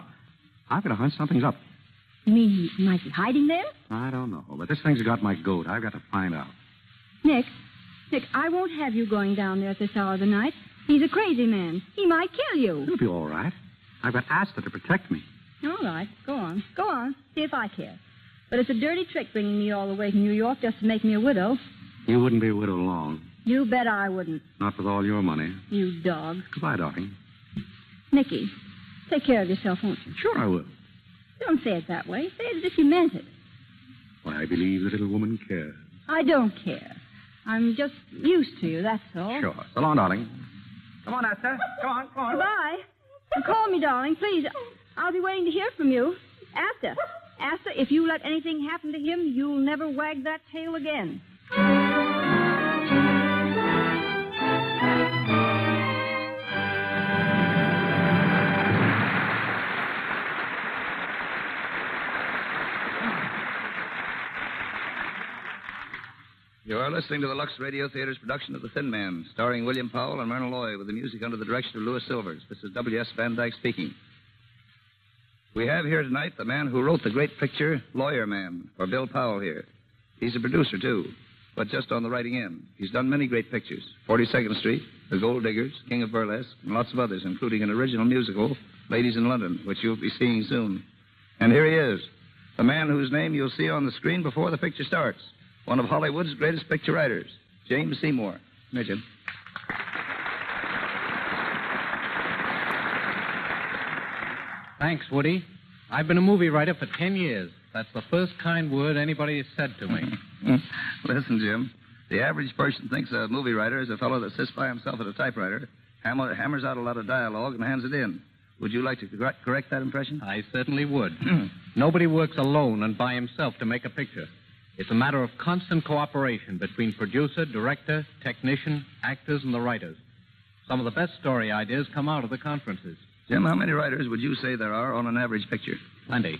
I've got a hunch something's up.
You mean he might be hiding there?
I don't know, but this thing's got my goat. I've got to find out.
Nick, Nick, I won't have you going down there at this hour of the night. He's a crazy man. He might kill you.
It'll be all right. I've got Asta to protect me.
All right, go on. Go on. See if I care. But it's a dirty trick bringing me all the way from New York just to make me a widow.
You wouldn't be a widow long.
You bet I wouldn't,
Not with all your money.
you dog.
Goodbye, darling.
Nicky, take care of yourself, won't you?
Sure I will.
Don't say it that way. Say it as if you meant it.
Why, I believe the little woman cares.
I don't care. I'm just used to you, that's all.
Sure. So long, darling.
Come on, Esther. Come on, come on. Goodbye. And call me, darling, please. I'll be waiting to hear from you. Asta, Asta, if you let anything happen to him, you'll never wag that tail again.
You are listening to the Lux Radio Theater's production of The Thin Man, starring William Powell and Myrna Loy, with the music under the direction of Louis Silvers. This is W.S. Van Dyke speaking. We have here tonight the man who wrote the great picture, Lawyer Man, for Bill Powell here. He's a producer, too, but just on the writing end. He's done many great pictures 42nd Street, The Gold Diggers, King of Burlesque, and lots of others, including an original musical, Ladies in London, which you'll be seeing soon. And here he is, the man whose name you'll see on the screen before the picture starts, one of Hollywood's greatest picture writers, James Seymour. Come here, Jim.
Thanks, Woody. I've been a movie writer for ten years. That's the first kind word anybody has said
<laughs>
to me.
Mm.
Listen, Jim. The average person thinks a movie writer is a fellow that sits by himself at a typewriter, hammer, hammers out a lot of dialogue, and hands it in. Would you like to correct, correct that impression?
I certainly would.
Hmm.
Nobody works alone and by himself to make a picture. It's a matter of constant cooperation between producer, director, technician, actors, and the writers. Some of the best story ideas come out of the conferences.
<clears throat> Jim, how many writers would you say there are on an average picture?
Plenty.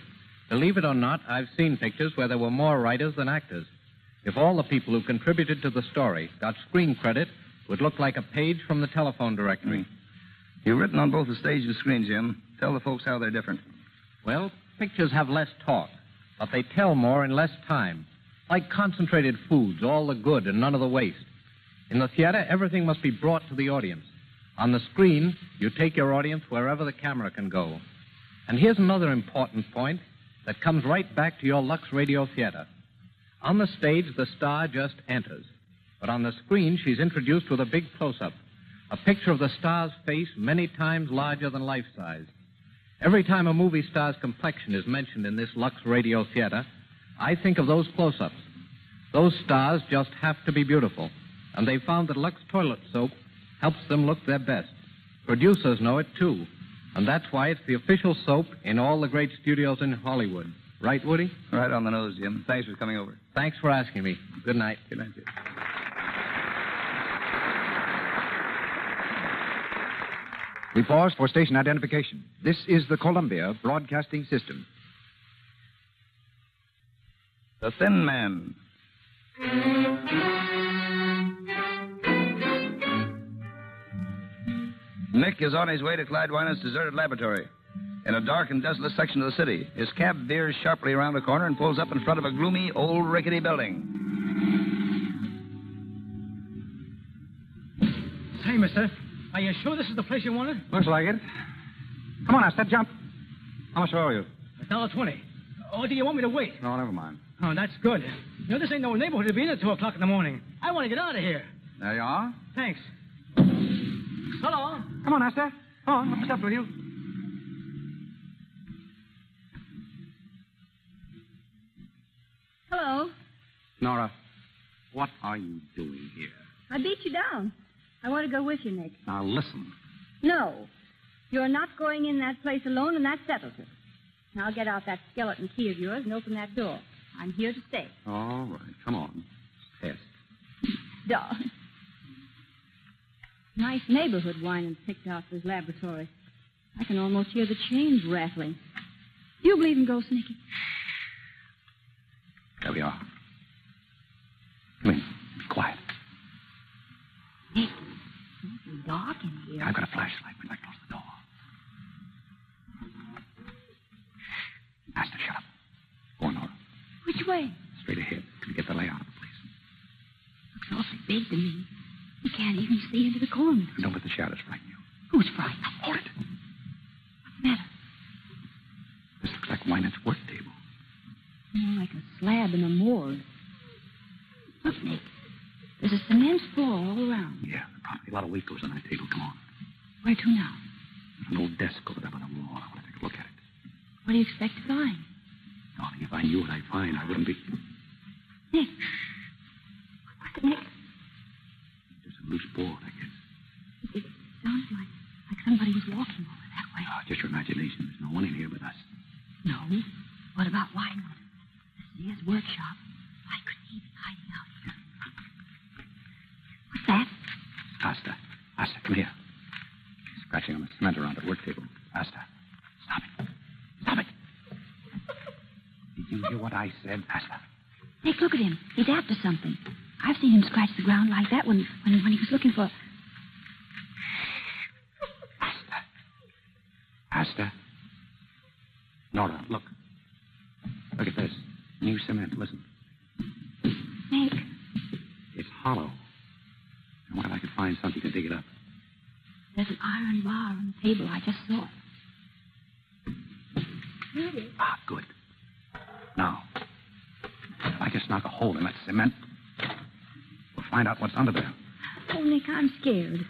Believe it or not, I've seen pictures where there were more writers than actors. If all the people who contributed to the story got screen credit, it would look like a page from the telephone directory.
You've written on both the stage and screen, Jim. Tell the folks how they're different.
Well, pictures have less talk, but they tell more in less time. Like concentrated foods, all the good and none of the waste. In the theater, everything must be brought to the audience. On the screen, you take your audience wherever the camera can go. And here's another important point that comes right back to your Lux Radio Theater. On the stage, the star just enters. But on the screen, she's introduced with a big close up a picture of the star's face many times larger than life size. Every time a movie star's complexion is mentioned in this Lux Radio Theater, I think of those close ups. Those stars just have to be beautiful, and they found that Lux toilet soap helps them look their best. Producers know it too, and that's why it's the official soap in all the great studios in Hollywood. Right, Woody?
Right on the nose, Jim. Thanks for coming over.
Thanks for asking me. Good night.
Good night, Jim.
We pause for station identification. This is the Columbia Broadcasting System.
The Thin Man. Nick is on his way to Clydewina's deserted laboratory. In a dark and desolate section of the city, his cab veers sharply around a corner and pulls up in front of a gloomy, old, rickety building.
Say, mister, are you sure this is the place you wanted?
Looks like it. Come on, Asta, jump. How much owe you?
A dollar twenty. Or do you want me to wait?
No, never mind.
Oh, that's good. You know, this ain't no neighborhood to be in at two o'clock in the morning. I want to get out of here.
There you are.
Thanks. Hello.
Come on, Asta. Come on, what's up with you?
Hello.
Nora,
What are you doing here?
I beat you down. I want to go with you, Nick.
Now listen.
No. You're not going in that place alone, and that settles it. Now get out that skeleton key of yours and open that door. I'm here to stay.
All right, come on. Yes.
Duh. Nice neighborhood Wyman picked out for his laboratory. I can almost hear the chains rattling. Do you believe in ghosts, Nicky?
There we are. Come in. Be quiet.
Nick, it's dark in here.
I've got a flashlight. When I close the door. Master, shut up. Go on, Nora.
Which way?
Straight ahead. Till you get the layout of the place.
Looks awfully big to me. You can't even see into the corner.
And don't let the shadows frighten you.
Who's frightened?
Hold it.
What's the matter?
This looks like Wynette's work table.
More like a slab in a morgue. Look, Nick. There's a cement floor all around.
Yeah, there's probably a lot of weight goes on that table. Come on.
Where to now?
There's an old desk over up on the wall. I want to take a look at it.
What do you expect to find?
Darling, if I knew what I'd find, I wouldn't be.
Nick. Nick.
There's a loose board, I guess.
It sounds like, like somebody was walking over that way.
Oh, just your imagination. There's no one in here but us.
No. What about Winewood? This is his workshop. I could see him hiding out here. What's that?
Asta. Asta, come here. She's scratching on the cement around her work table. Asta, stop it. Stop it. Did you hear what I said, Asta?
Nick, look at him. He's after something. I've seen him scratch the ground like that when when, when he was looking for.
Asta. Asta. Nora, look. Look at this. New cement. Listen.
Nick,
It's hollow. I wonder if I could find something to dig it up.
there's an iron bar on the table. I just saw it. Here it is.
Ah, good. Now, if I just knock a hole in that cement, we'll find out what's under there.
Oh, Nick, I'm scared.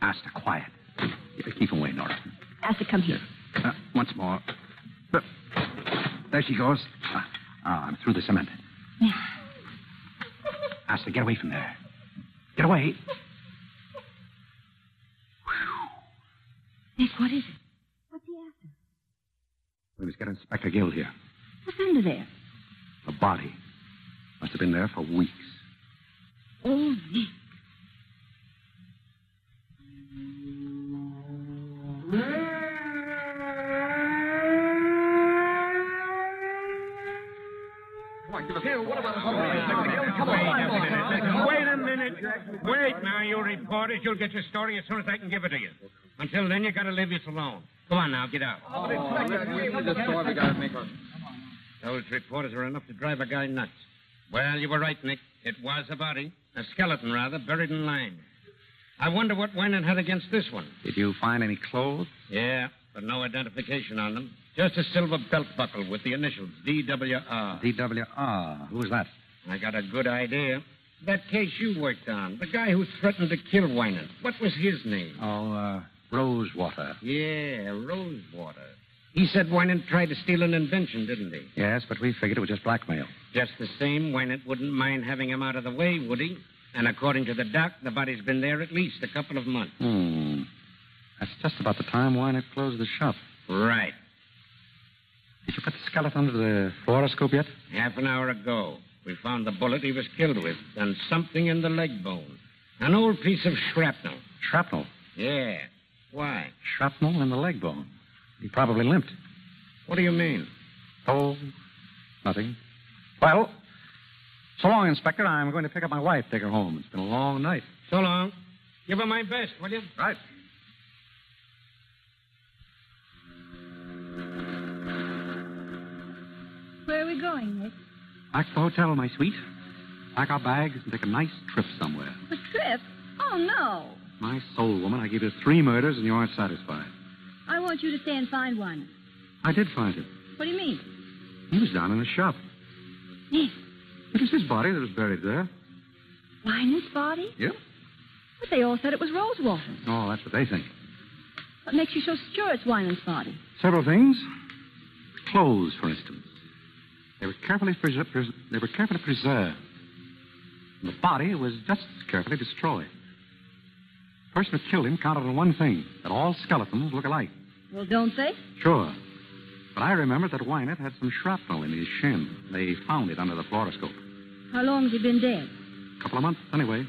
Asta, quiet. Yeah, Keep away, Nora.
Asta, come here.
Uh, once more. Uh, There she goes. Ah, ah, I'm through the cement.
Nick,
Asta, get away from there. Get away.
Nick, what is it? What's he after?
We must get Inspector Gill here.
What's under there?
A body. Must have been there for weeks.
Oh, Nick.
Wait a minute. Wait now, you reporters. You'll get your story as soon as I can give it to you. Until then, you gotta leave this alone. Come on now, get out. Those reporters are enough to drive a guy nuts. Well, you were right, Nick. It was a body. A skeleton, rather, buried in lime. I wonder what Wynan had against this one.
Did you find any clothes?
Yeah, but no identification on them. Just a silver belt buckle with the initials DWR.
DWR. Ah, Who was that?
I got a good idea. That case you worked on, the guy who threatened to kill Wynan. What was his name?
Oh, uh, Rosewater.
Yeah, Rosewater. He said Wynan tried to steal an invention, didn't he?
Yes, but we figured it was just blackmail.
Just the same, Wynant wouldn't mind having him out of the way, would he? And according to the doc, the body's been there at least a couple of months.
Hmm. That's just about the time Wynette closed the shop.
Right.
Did you put the skeleton under the fluoroscope yet?
Half an hour ago, we found the bullet he was killed with and something in the leg bone. An old piece of shrapnel.
Shrapnel.
Yeah. Why?
Shrapnel in the leg bone. He probably limped.
What do you mean?
Oh, nothing. Well, so long, Inspector. I'm going to pick up my wife, take her home. It's been a long night.
So long. Give her my best, will you?
Right.
Where are we going, Nick?
Back to the hotel, my sweet. Pack our bags and take a nice trip somewhere.
A trip? Oh, no.
My soul, woman, I gave you three murders and you aren't satisfied.
I want you to stay and find one.
I did find him.
What do you mean?
He was down in the shop.
Nick,
It was his body that was buried there.
Linus' body?
Yep.
But they all said it was Rosewater.
Oh, that's what they think.
What makes you so sure it's Winans' body?
Several things. Clothes, for instance. They were carefully, preser- pres- they were carefully preserved. The body was just as carefully destroyed. The person that killed him counted on one thing that all skeletons look alike.
Well, don't they?
Sure. But I remembered that Wynette had some shrapnel in his shin. They found it under the fluoroscope.
How long has he been dead?
A couple of months, anyway.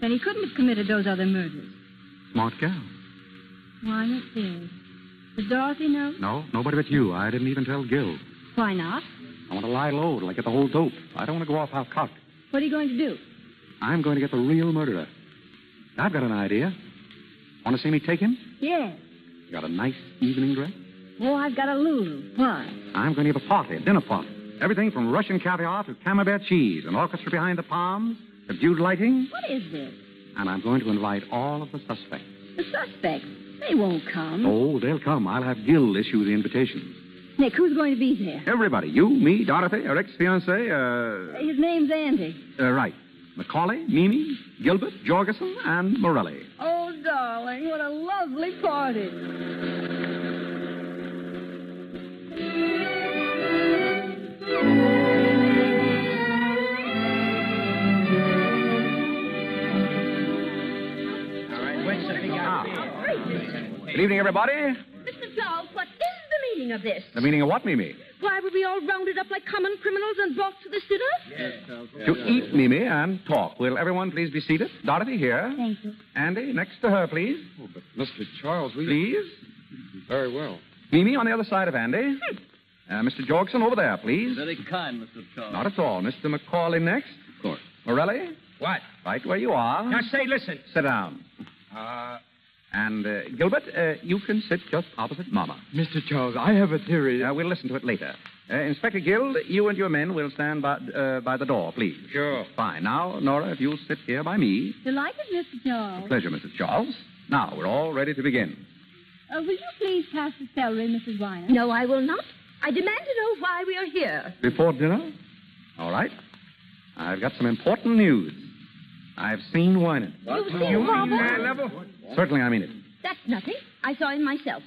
Then he couldn't have committed those other murders.
Smart gal.
Why not there? Does Dorothy know?
No, nobody but you. I didn't even tell Gil.
Why not?
I want to lie low till I get the whole dope. I don't want to go off half cocked.
What are you going to do?
I'm going to get the real murderer. I've got an idea. Want to see me take him?
Yes.
You got a nice evening dress?
Oh, I've got a Lulu. Why?
I'm going to have a party, a dinner party. Everything from Russian caviar to Camembert cheese, an orchestra behind the palms, subdued lighting,
What is this?
and I'm going to invite all of the suspects.
The suspects. They won't
Hmm?
come.
Oh, they'll come. I'll have Gil issue the invitation.
Nick, who's going to be there?
Everybody, you, me, Dorothy, her ex-fiancé, uh,
His name's Andy.
uh, right, Macaulay, Mimi, Gilbert, Jorgensen, and Morelli.
Oh, darling, what a lovely party.
Ah.
Good evening, everybody.
Mr. Charles, what is the meaning of this?
The meaning of what, Mimi?
Why were we all rounded up like common criminals and brought to the dinner?
To eat, Mimi, and talk. Will everyone please be seated? Dorothy here.
Thank you.
Andy, next to her, please.
Oh, but Mr. Charles, we.
Please.
Very well.
Mimi on the other side of Andy.
Hmm.
Uh, Mr. Jorgensen over there, please.
Very kind, Mr. Charles.
Not at all. Mr. McCauley next. Of course. Morelli?
What?
Right where you are.
Now say, listen.
Sit down.
Uh,
And uh, Gilbert, uh, you can sit just opposite Mama.
Mr. Charles, I have a theory.
Uh, we'll listen to it later. Uh, Inspector Guild, you and your men will stand by, uh, by the door, please.
Sure.
Fine. Now, Nora, if you'll sit here by me.
Delighted, Mr. Charles.
Pleasure, Mrs. Charles. Now, we're all ready to begin.
Uh, will you please pass the celery, Mrs. Wyant?
No, I will not. I demand to know why we are here.
Before dinner? All right. I've got some important news. I've seen Wynan.
You've seen Robert?
Certainly, I mean it.
That's nothing. I saw him myself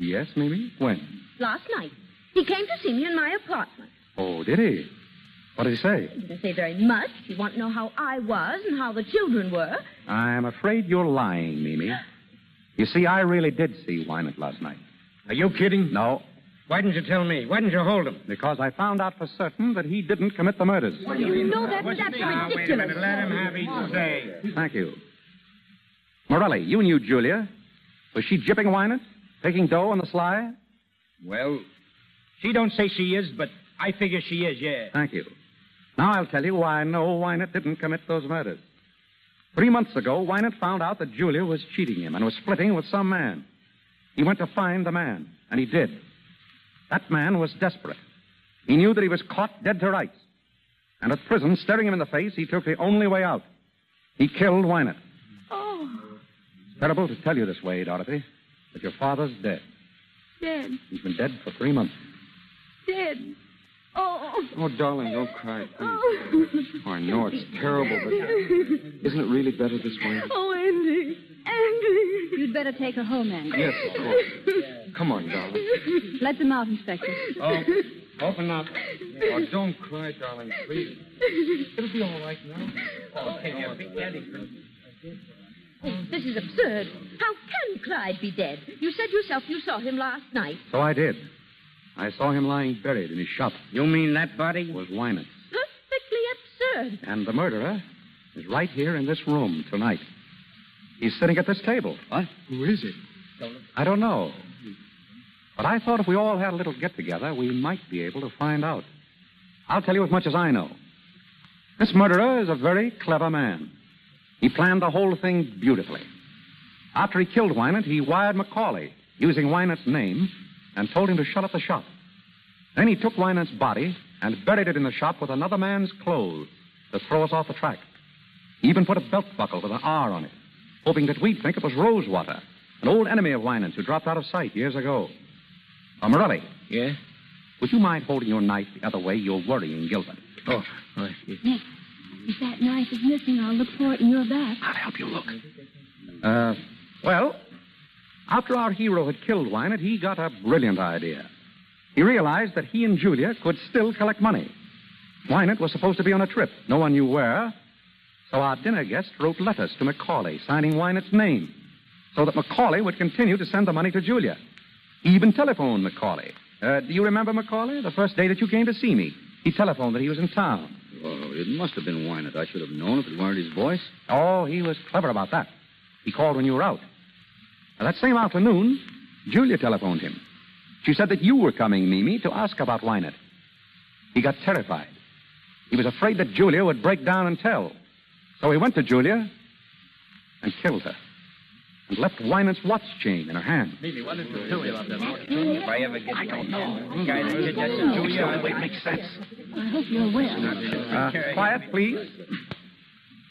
Yes, maybe? When?
last night. He came to see me in my apartment.
Oh, did he? What did he say?
He didn't say very much. He wanted to know how I was and how the children were.
I'm afraid you're lying, Mimi. You see, I really did see Wynant last night.
Are you kidding?
No,
Why didn't you tell me? Why didn't you hold him?
because I found out for certain that he didn't commit the murders.
Uh,
No, that, that's
Now, wait a
ridiculous.
minute. Let him have each say.
Thank you. Morelli, you knew Julia. Was she jipping Wynant? Taking dough on the sly?
Well, she don't say she is, but I figure she is, yeah.
Thank you. Now I'll tell you why I know Wynant didn't commit those murders. Three months ago, Wynant found out that Julia was cheating him and was splitting with some man. He went to find the man, and he did. That man was desperate. He knew that he was caught dead to rights. And at prison, staring him in the face, he took the only way out. He killed Wynant.
Oh,
It's terrible to tell you this way, Dorothy, but your father's dead.
dead,
He's been dead for three months.
dead. Oh,
Oh, darling, don't cry, please.
oh.
Oh, I know it's terrible, but isn't it really better this way?
Oh, Andy. Andy. You'd better take her home, Andy.
Yes, of course. Come on, darling.
Let them out, Inspector.
Oh, open up. Oh, don't cry, darling, please. It'll be all right now.
Oh, can you be kidding?
Oh, <laughs> This is absurd. How can Clyde be dead? You said yourself you saw him last night.
So I did. I saw him lying buried in his shop.
You mean that body?
Was Wynant.
Perfectly absurd.
And the murderer is right here in this room tonight. He's sitting at this table.
What?
Who is it?
I don't know. But I thought if we all had a little get together, we might be able to find out. I'll tell you as much as I know. This murderer is a very clever man. He planned the whole thing beautifully. After he killed Wynant, he wired Macaulay, using Wynant's name, and told him to shut up the shop. Then he took Wynant's body and buried it in the shop with another man's clothes to throw us off the track. He even put a belt buckle with an R on it, hoping that we'd think it was Rosewater, an old enemy of Wynant's who dropped out of sight years ago. Uh, Morelli,
Yeah?
would you mind holding your knife the other way? You're worrying Gilbert.
Oh, I see.
Nick, if that knife is missing, I'll look for it in your back.
I'll help you look. Uh, well, after our hero had killed Wynant, he got a brilliant idea. He realized that he and Julia could still collect money. Wynant was supposed to be on a trip. No one knew where. So our dinner guest wrote letters to Macaulay signing Wynett's name so that Macaulay would continue to send the money to Julia. Even telephoned Macaulay. Uh, do you remember Macaulay? The first day that you came to see me. He telephoned that he was in town.
Oh, it must have been Wynett. I should have known if it weren't his voice.
Oh, he was clever about that. He called when you were out. Now, that same afternoon, Julia telephoned him. She said that you were coming, Mimi, to ask about Wynett. He got terrified. He was afraid that Julia would break down and tell. So he went to Julia and killed her and left Wynett's watch chain in her hand.
Mimi, what is the story about that watch?
If I ever get I don't know. Guy that did that to Julia, I wait, makes sense.
I hope you're well. Uh, quiet, please.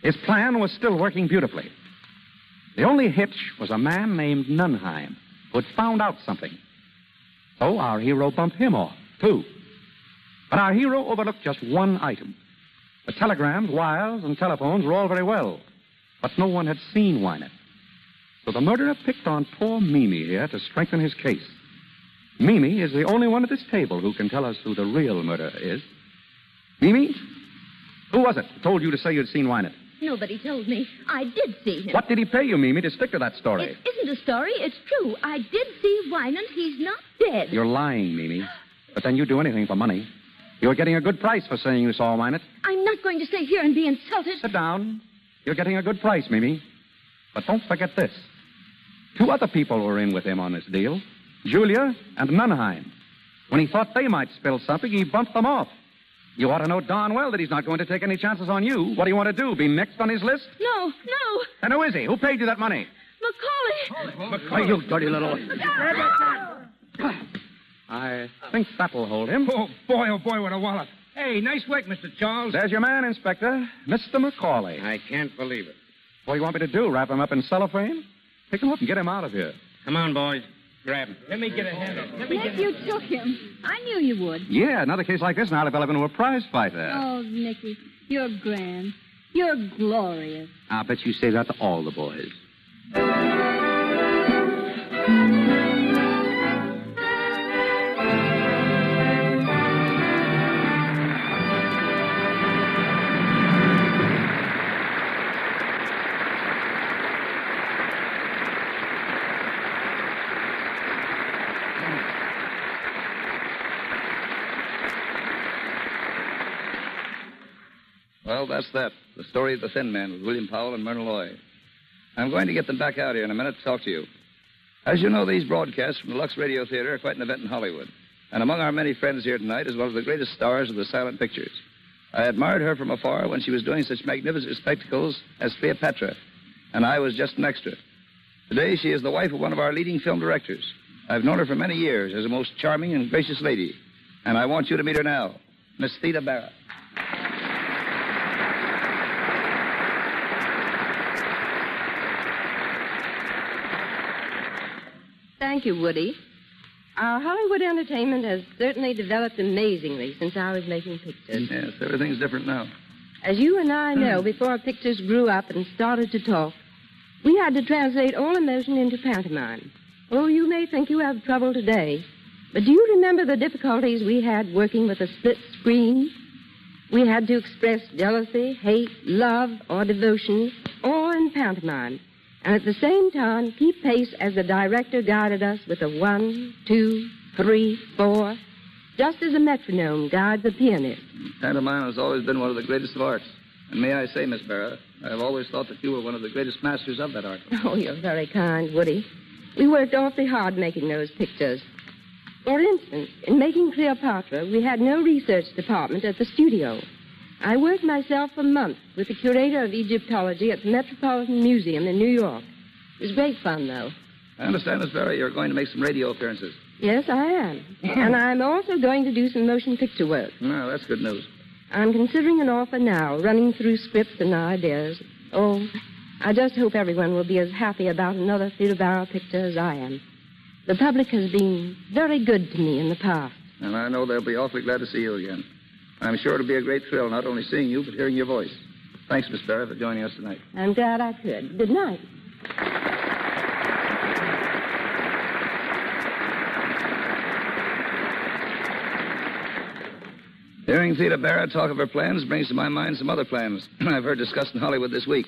His plan was still working beautifully. The only hitch was a man named Nunheim who had found out something. So our hero bumped him off, too. But our hero overlooked just one item. The telegrams, wires, and telephones were all very well, but no one had seen Wynette. So the murderer picked on poor Mimi here to strengthen his case. Mimi is the only one at this table who can tell us who the real murderer is. Mimi, who was it who told you to say you'd seen Wynette?
Nobody told me. I did see him.
What did he pay you, Mimi, to stick to that story?
It isn't a story. It's true. I did see Wynant. He's not dead.
You're lying, Mimi. But then you'd do anything for money. You're getting a good price for saying you saw Wynant.
I'm not going to stay here and be insulted.
Sit down. You're getting a good price, Mimi. But don't forget this. Two other people were in with him on this deal Julia and Nunheim. When he thought they might spill something, he bumped them off. You ought to know darn well that he's not going to take any chances on you. What do you want to do? Be next on his list?
No, no.
Then who is he? Who paid you that money?
Macaulay.
Macaulay, you dirty little.
I think that'll hold him.
Oh, boy, oh, boy, what a wallop. Hey, nice work, Mr. Charles.
There's your man, Inspector. Mr. Macaulay.
I can't believe it.
What do you want me to do? Wrap him up in cellophane? Pick him up and get him out of here.
Come on, boys. Grab him.
Let me get a hand on him.
Nick, you took him. I knew you would.
Yeah, another case like this now develop into a prize fighter.
Oh, Nicky, you're grand. You're glorious.
I'll bet you say that to all the boys.
Well, that's that. The story of the Thin Man with William Powell and Myrna Loy. I'm going to get them back out here in a minute to talk to you. As you know, these broadcasts from the Lux Radio Theater are quite an event in Hollywood. And among our many friends here tonight is one of the greatest stars of the silent pictures. I admired her from afar when she was doing such magnificent spectacles as Cleopatra, and I was just an extra. Today, she is the wife of one of our leading film directors. I've known her for many years as a most charming and gracious lady, and I want you to meet her now, Miss Theda Barra.
Thank you, Woody. Our Hollywood entertainment has certainly developed amazingly since I was making pictures.
Yes, everything's different now.
As you and I know, before our pictures grew up and started to talk, we had to translate all emotion into pantomime. Oh, you may think you have trouble today, but do you remember the difficulties we had working with a split screen? We had to express jealousy, hate, love, or devotion, all in pantomime and at the same time keep pace as the director guided us with a one, two, three, four, just as a metronome guides a pianist.
Pantomime has always been one of the greatest of arts. And may I say, Miss Barra, I've always thought that you were one of the greatest masters of that art.
<laughs> Oh, you're very kind, Woody. We worked awfully hard making those pictures. For instance, in making Cleopatra, we had no research department at the studio. I worked myself for months with the curator of Egyptology at the Metropolitan Museum in New York. It was great fun, though.
I understand, Miss Barry, you're going to make some radio appearances.
Yes, I am. and I'm also going to do some motion picture work.
No, that's good news.
I'm considering an offer now, running through scripts and ideas. Oh, I just hope everyone will be as happy about another Theodore picture as I am. The public has been very good to me in the past.
And I know they'll be awfully glad to see you again. I'm sure it'll be a great thrill not only seeing you, but hearing your voice. Thanks, Miss Barry, for joining us tonight.
I'm glad I could. Good night.
Hearing Theda Barrett talk of her plans brings to my mind some other plans <clears throat> I've heard discussed in Hollywood this week.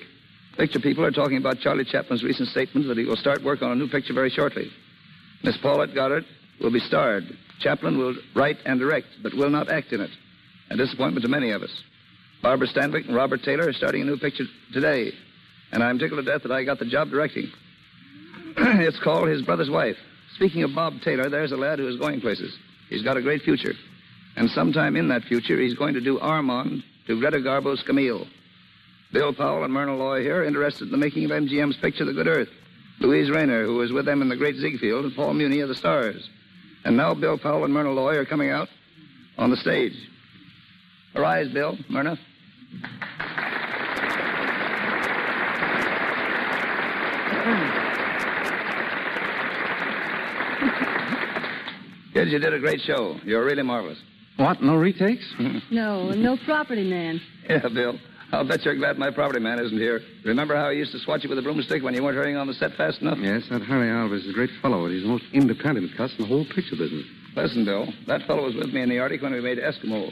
Picture people are talking about Charlie Chaplin's recent statement that he will start work on a new picture very shortly. Miss Paulette Goddard will be starred. Chaplin will write and direct, but will not act in it. A disappointment to many of us. Barbara Stanwyck and Robert Taylor are starting a new picture today, and I'm tickled to death that I got the job directing. <clears throat> it's called His Brother's Wife. Speaking of Bob Taylor, there's a lad who is going places. He's got a great future. And sometime in that future, he's going to do Armand to Greta Garbo's Camille. Bill Powell and Myrna Loy here are interested in the making of MGM's picture, The Good Earth. Louise Rayner, who was with them in The Great Ziegfeld, and Paul Muni of The Stars. And now Bill Powell and Myrna Loy are coming out on the stage. Arise, Bill, Myrna. Kids, you did a great show. You're really marvelous.
What? No retakes?
No, and no property man.
Yeah, Bill. I'll bet you're glad my property man isn't here. Remember how he used to swat you with a broomstick when you weren't hurrying on the set fast enough?
<laughs> yes, that Harry Alvarez is a great fellow, and he's the most independent cuss in the whole picture business.
Listen, Bill, that fellow was with me in the Arctic when we made Eskimo.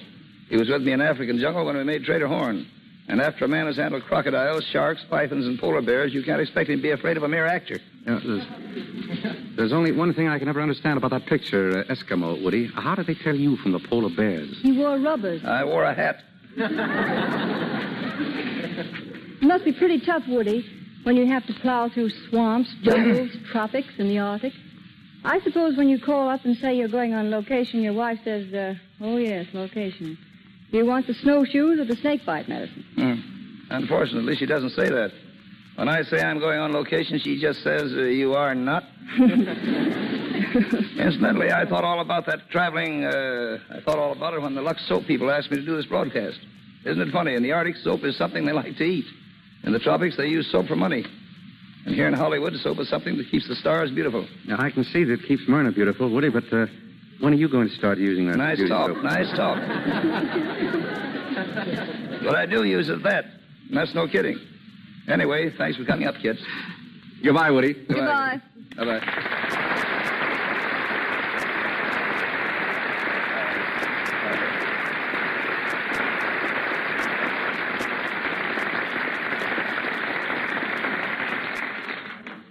He was with me in African jungle when we made Trader Horn. And after a man has handled crocodiles, sharks, pythons, and polar bears, you can't expect him to be afraid of a mere actor.
Yeah, there's, there's only one thing I can never understand about that picture, uh, Eskimo, Woody. How did they tell you from the polar bears?
He wore rubbers.
I wore a hat.
Must be pretty tough, Woody, when you have to plow through swamps, jungles, tropics, and the Arctic. I suppose when you call up and say you're going on location, your wife says, uh, oh, yes, location. Do you want the snowshoes or the snakebite medicine?
Hmm. Unfortunately, she doesn't say that. When I say I'm going on location, she just says, uh, You are not. Incidentally, I thought all about that traveling. Uh, I thought all about it when the Lux Soap people asked me to do this broadcast. Isn't it funny? In the Arctic, soap is something they like to eat. In the tropics, they use soap for money. And here in Hollywood, soap is something that keeps the stars beautiful.
Now, I can see that it keeps Myrna beautiful, Woody, but uh, when are you going to start using that?
Nice
beauty
talk,
soap?
nice talk. But I do use it that. And that's no kidding. Anyway, thanks for coming up, kids.
Goodbye, Woody.
Goodbye.
Bye bye.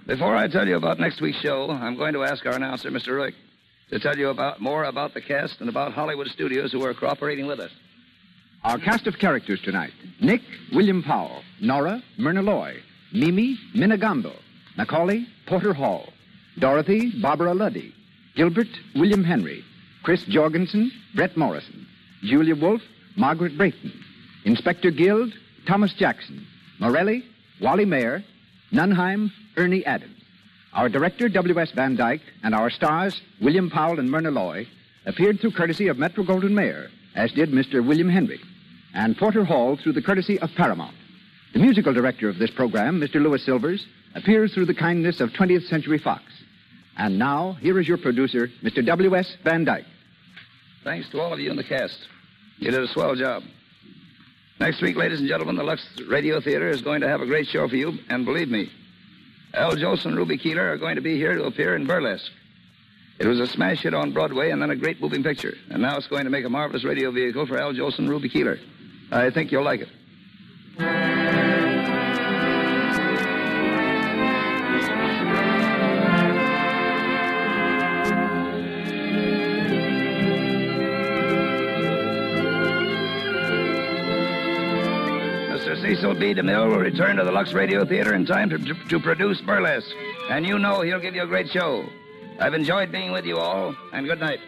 Before I tell you about next week's show, I'm going to ask our announcer, Mr. Ruick, to tell you about more about the cast and about Hollywood studios who are cooperating with us.
Our cast of characters tonight Nick, William Powell, Nora, Myrna Loy, Mimi, Minna Gamble, Macaulay, Porter Hall, Dorothy, Barbara Luddy, Gilbert, William Henry, Chris Jorgensen, Brett Morrison, Julia Wolf, Margaret Brayton, Inspector Guild, Thomas Jackson, Morelli, Wally Mayer, Nunheim, Ernie Adams. Our director, W.S. Van Dyke, and our stars, William Powell and Myrna Loy, appeared through courtesy of Metro Goldwyn Mayer, as did Mr. William Henry, and Porter Hall through the courtesy of Paramount. The musical director of this program, Mr. Louis Silvers, appears through the kindness of 20th Century Fox. And now, here is your producer, Mr. W.S. Van Dyke.
Thanks to all of you in the cast. You did a swell job. Next week, ladies and gentlemen, the Lux Radio Theater is going to have a great show for you, and believe me, Al Jolson and Ruby Keeler are going to be here to appear in Burlesque. It was a smash hit on Broadway and then a great moving picture, and now it's going to make a marvelous radio vehicle for Al Jolson and Ruby Keeler. I think you'll like it. Mr. Cecil B. DeMille will return to the Lux Radio Theater in time to, to, to produce Burlesque. And you know he'll give you a great show. I've enjoyed being with you all, and good night.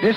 This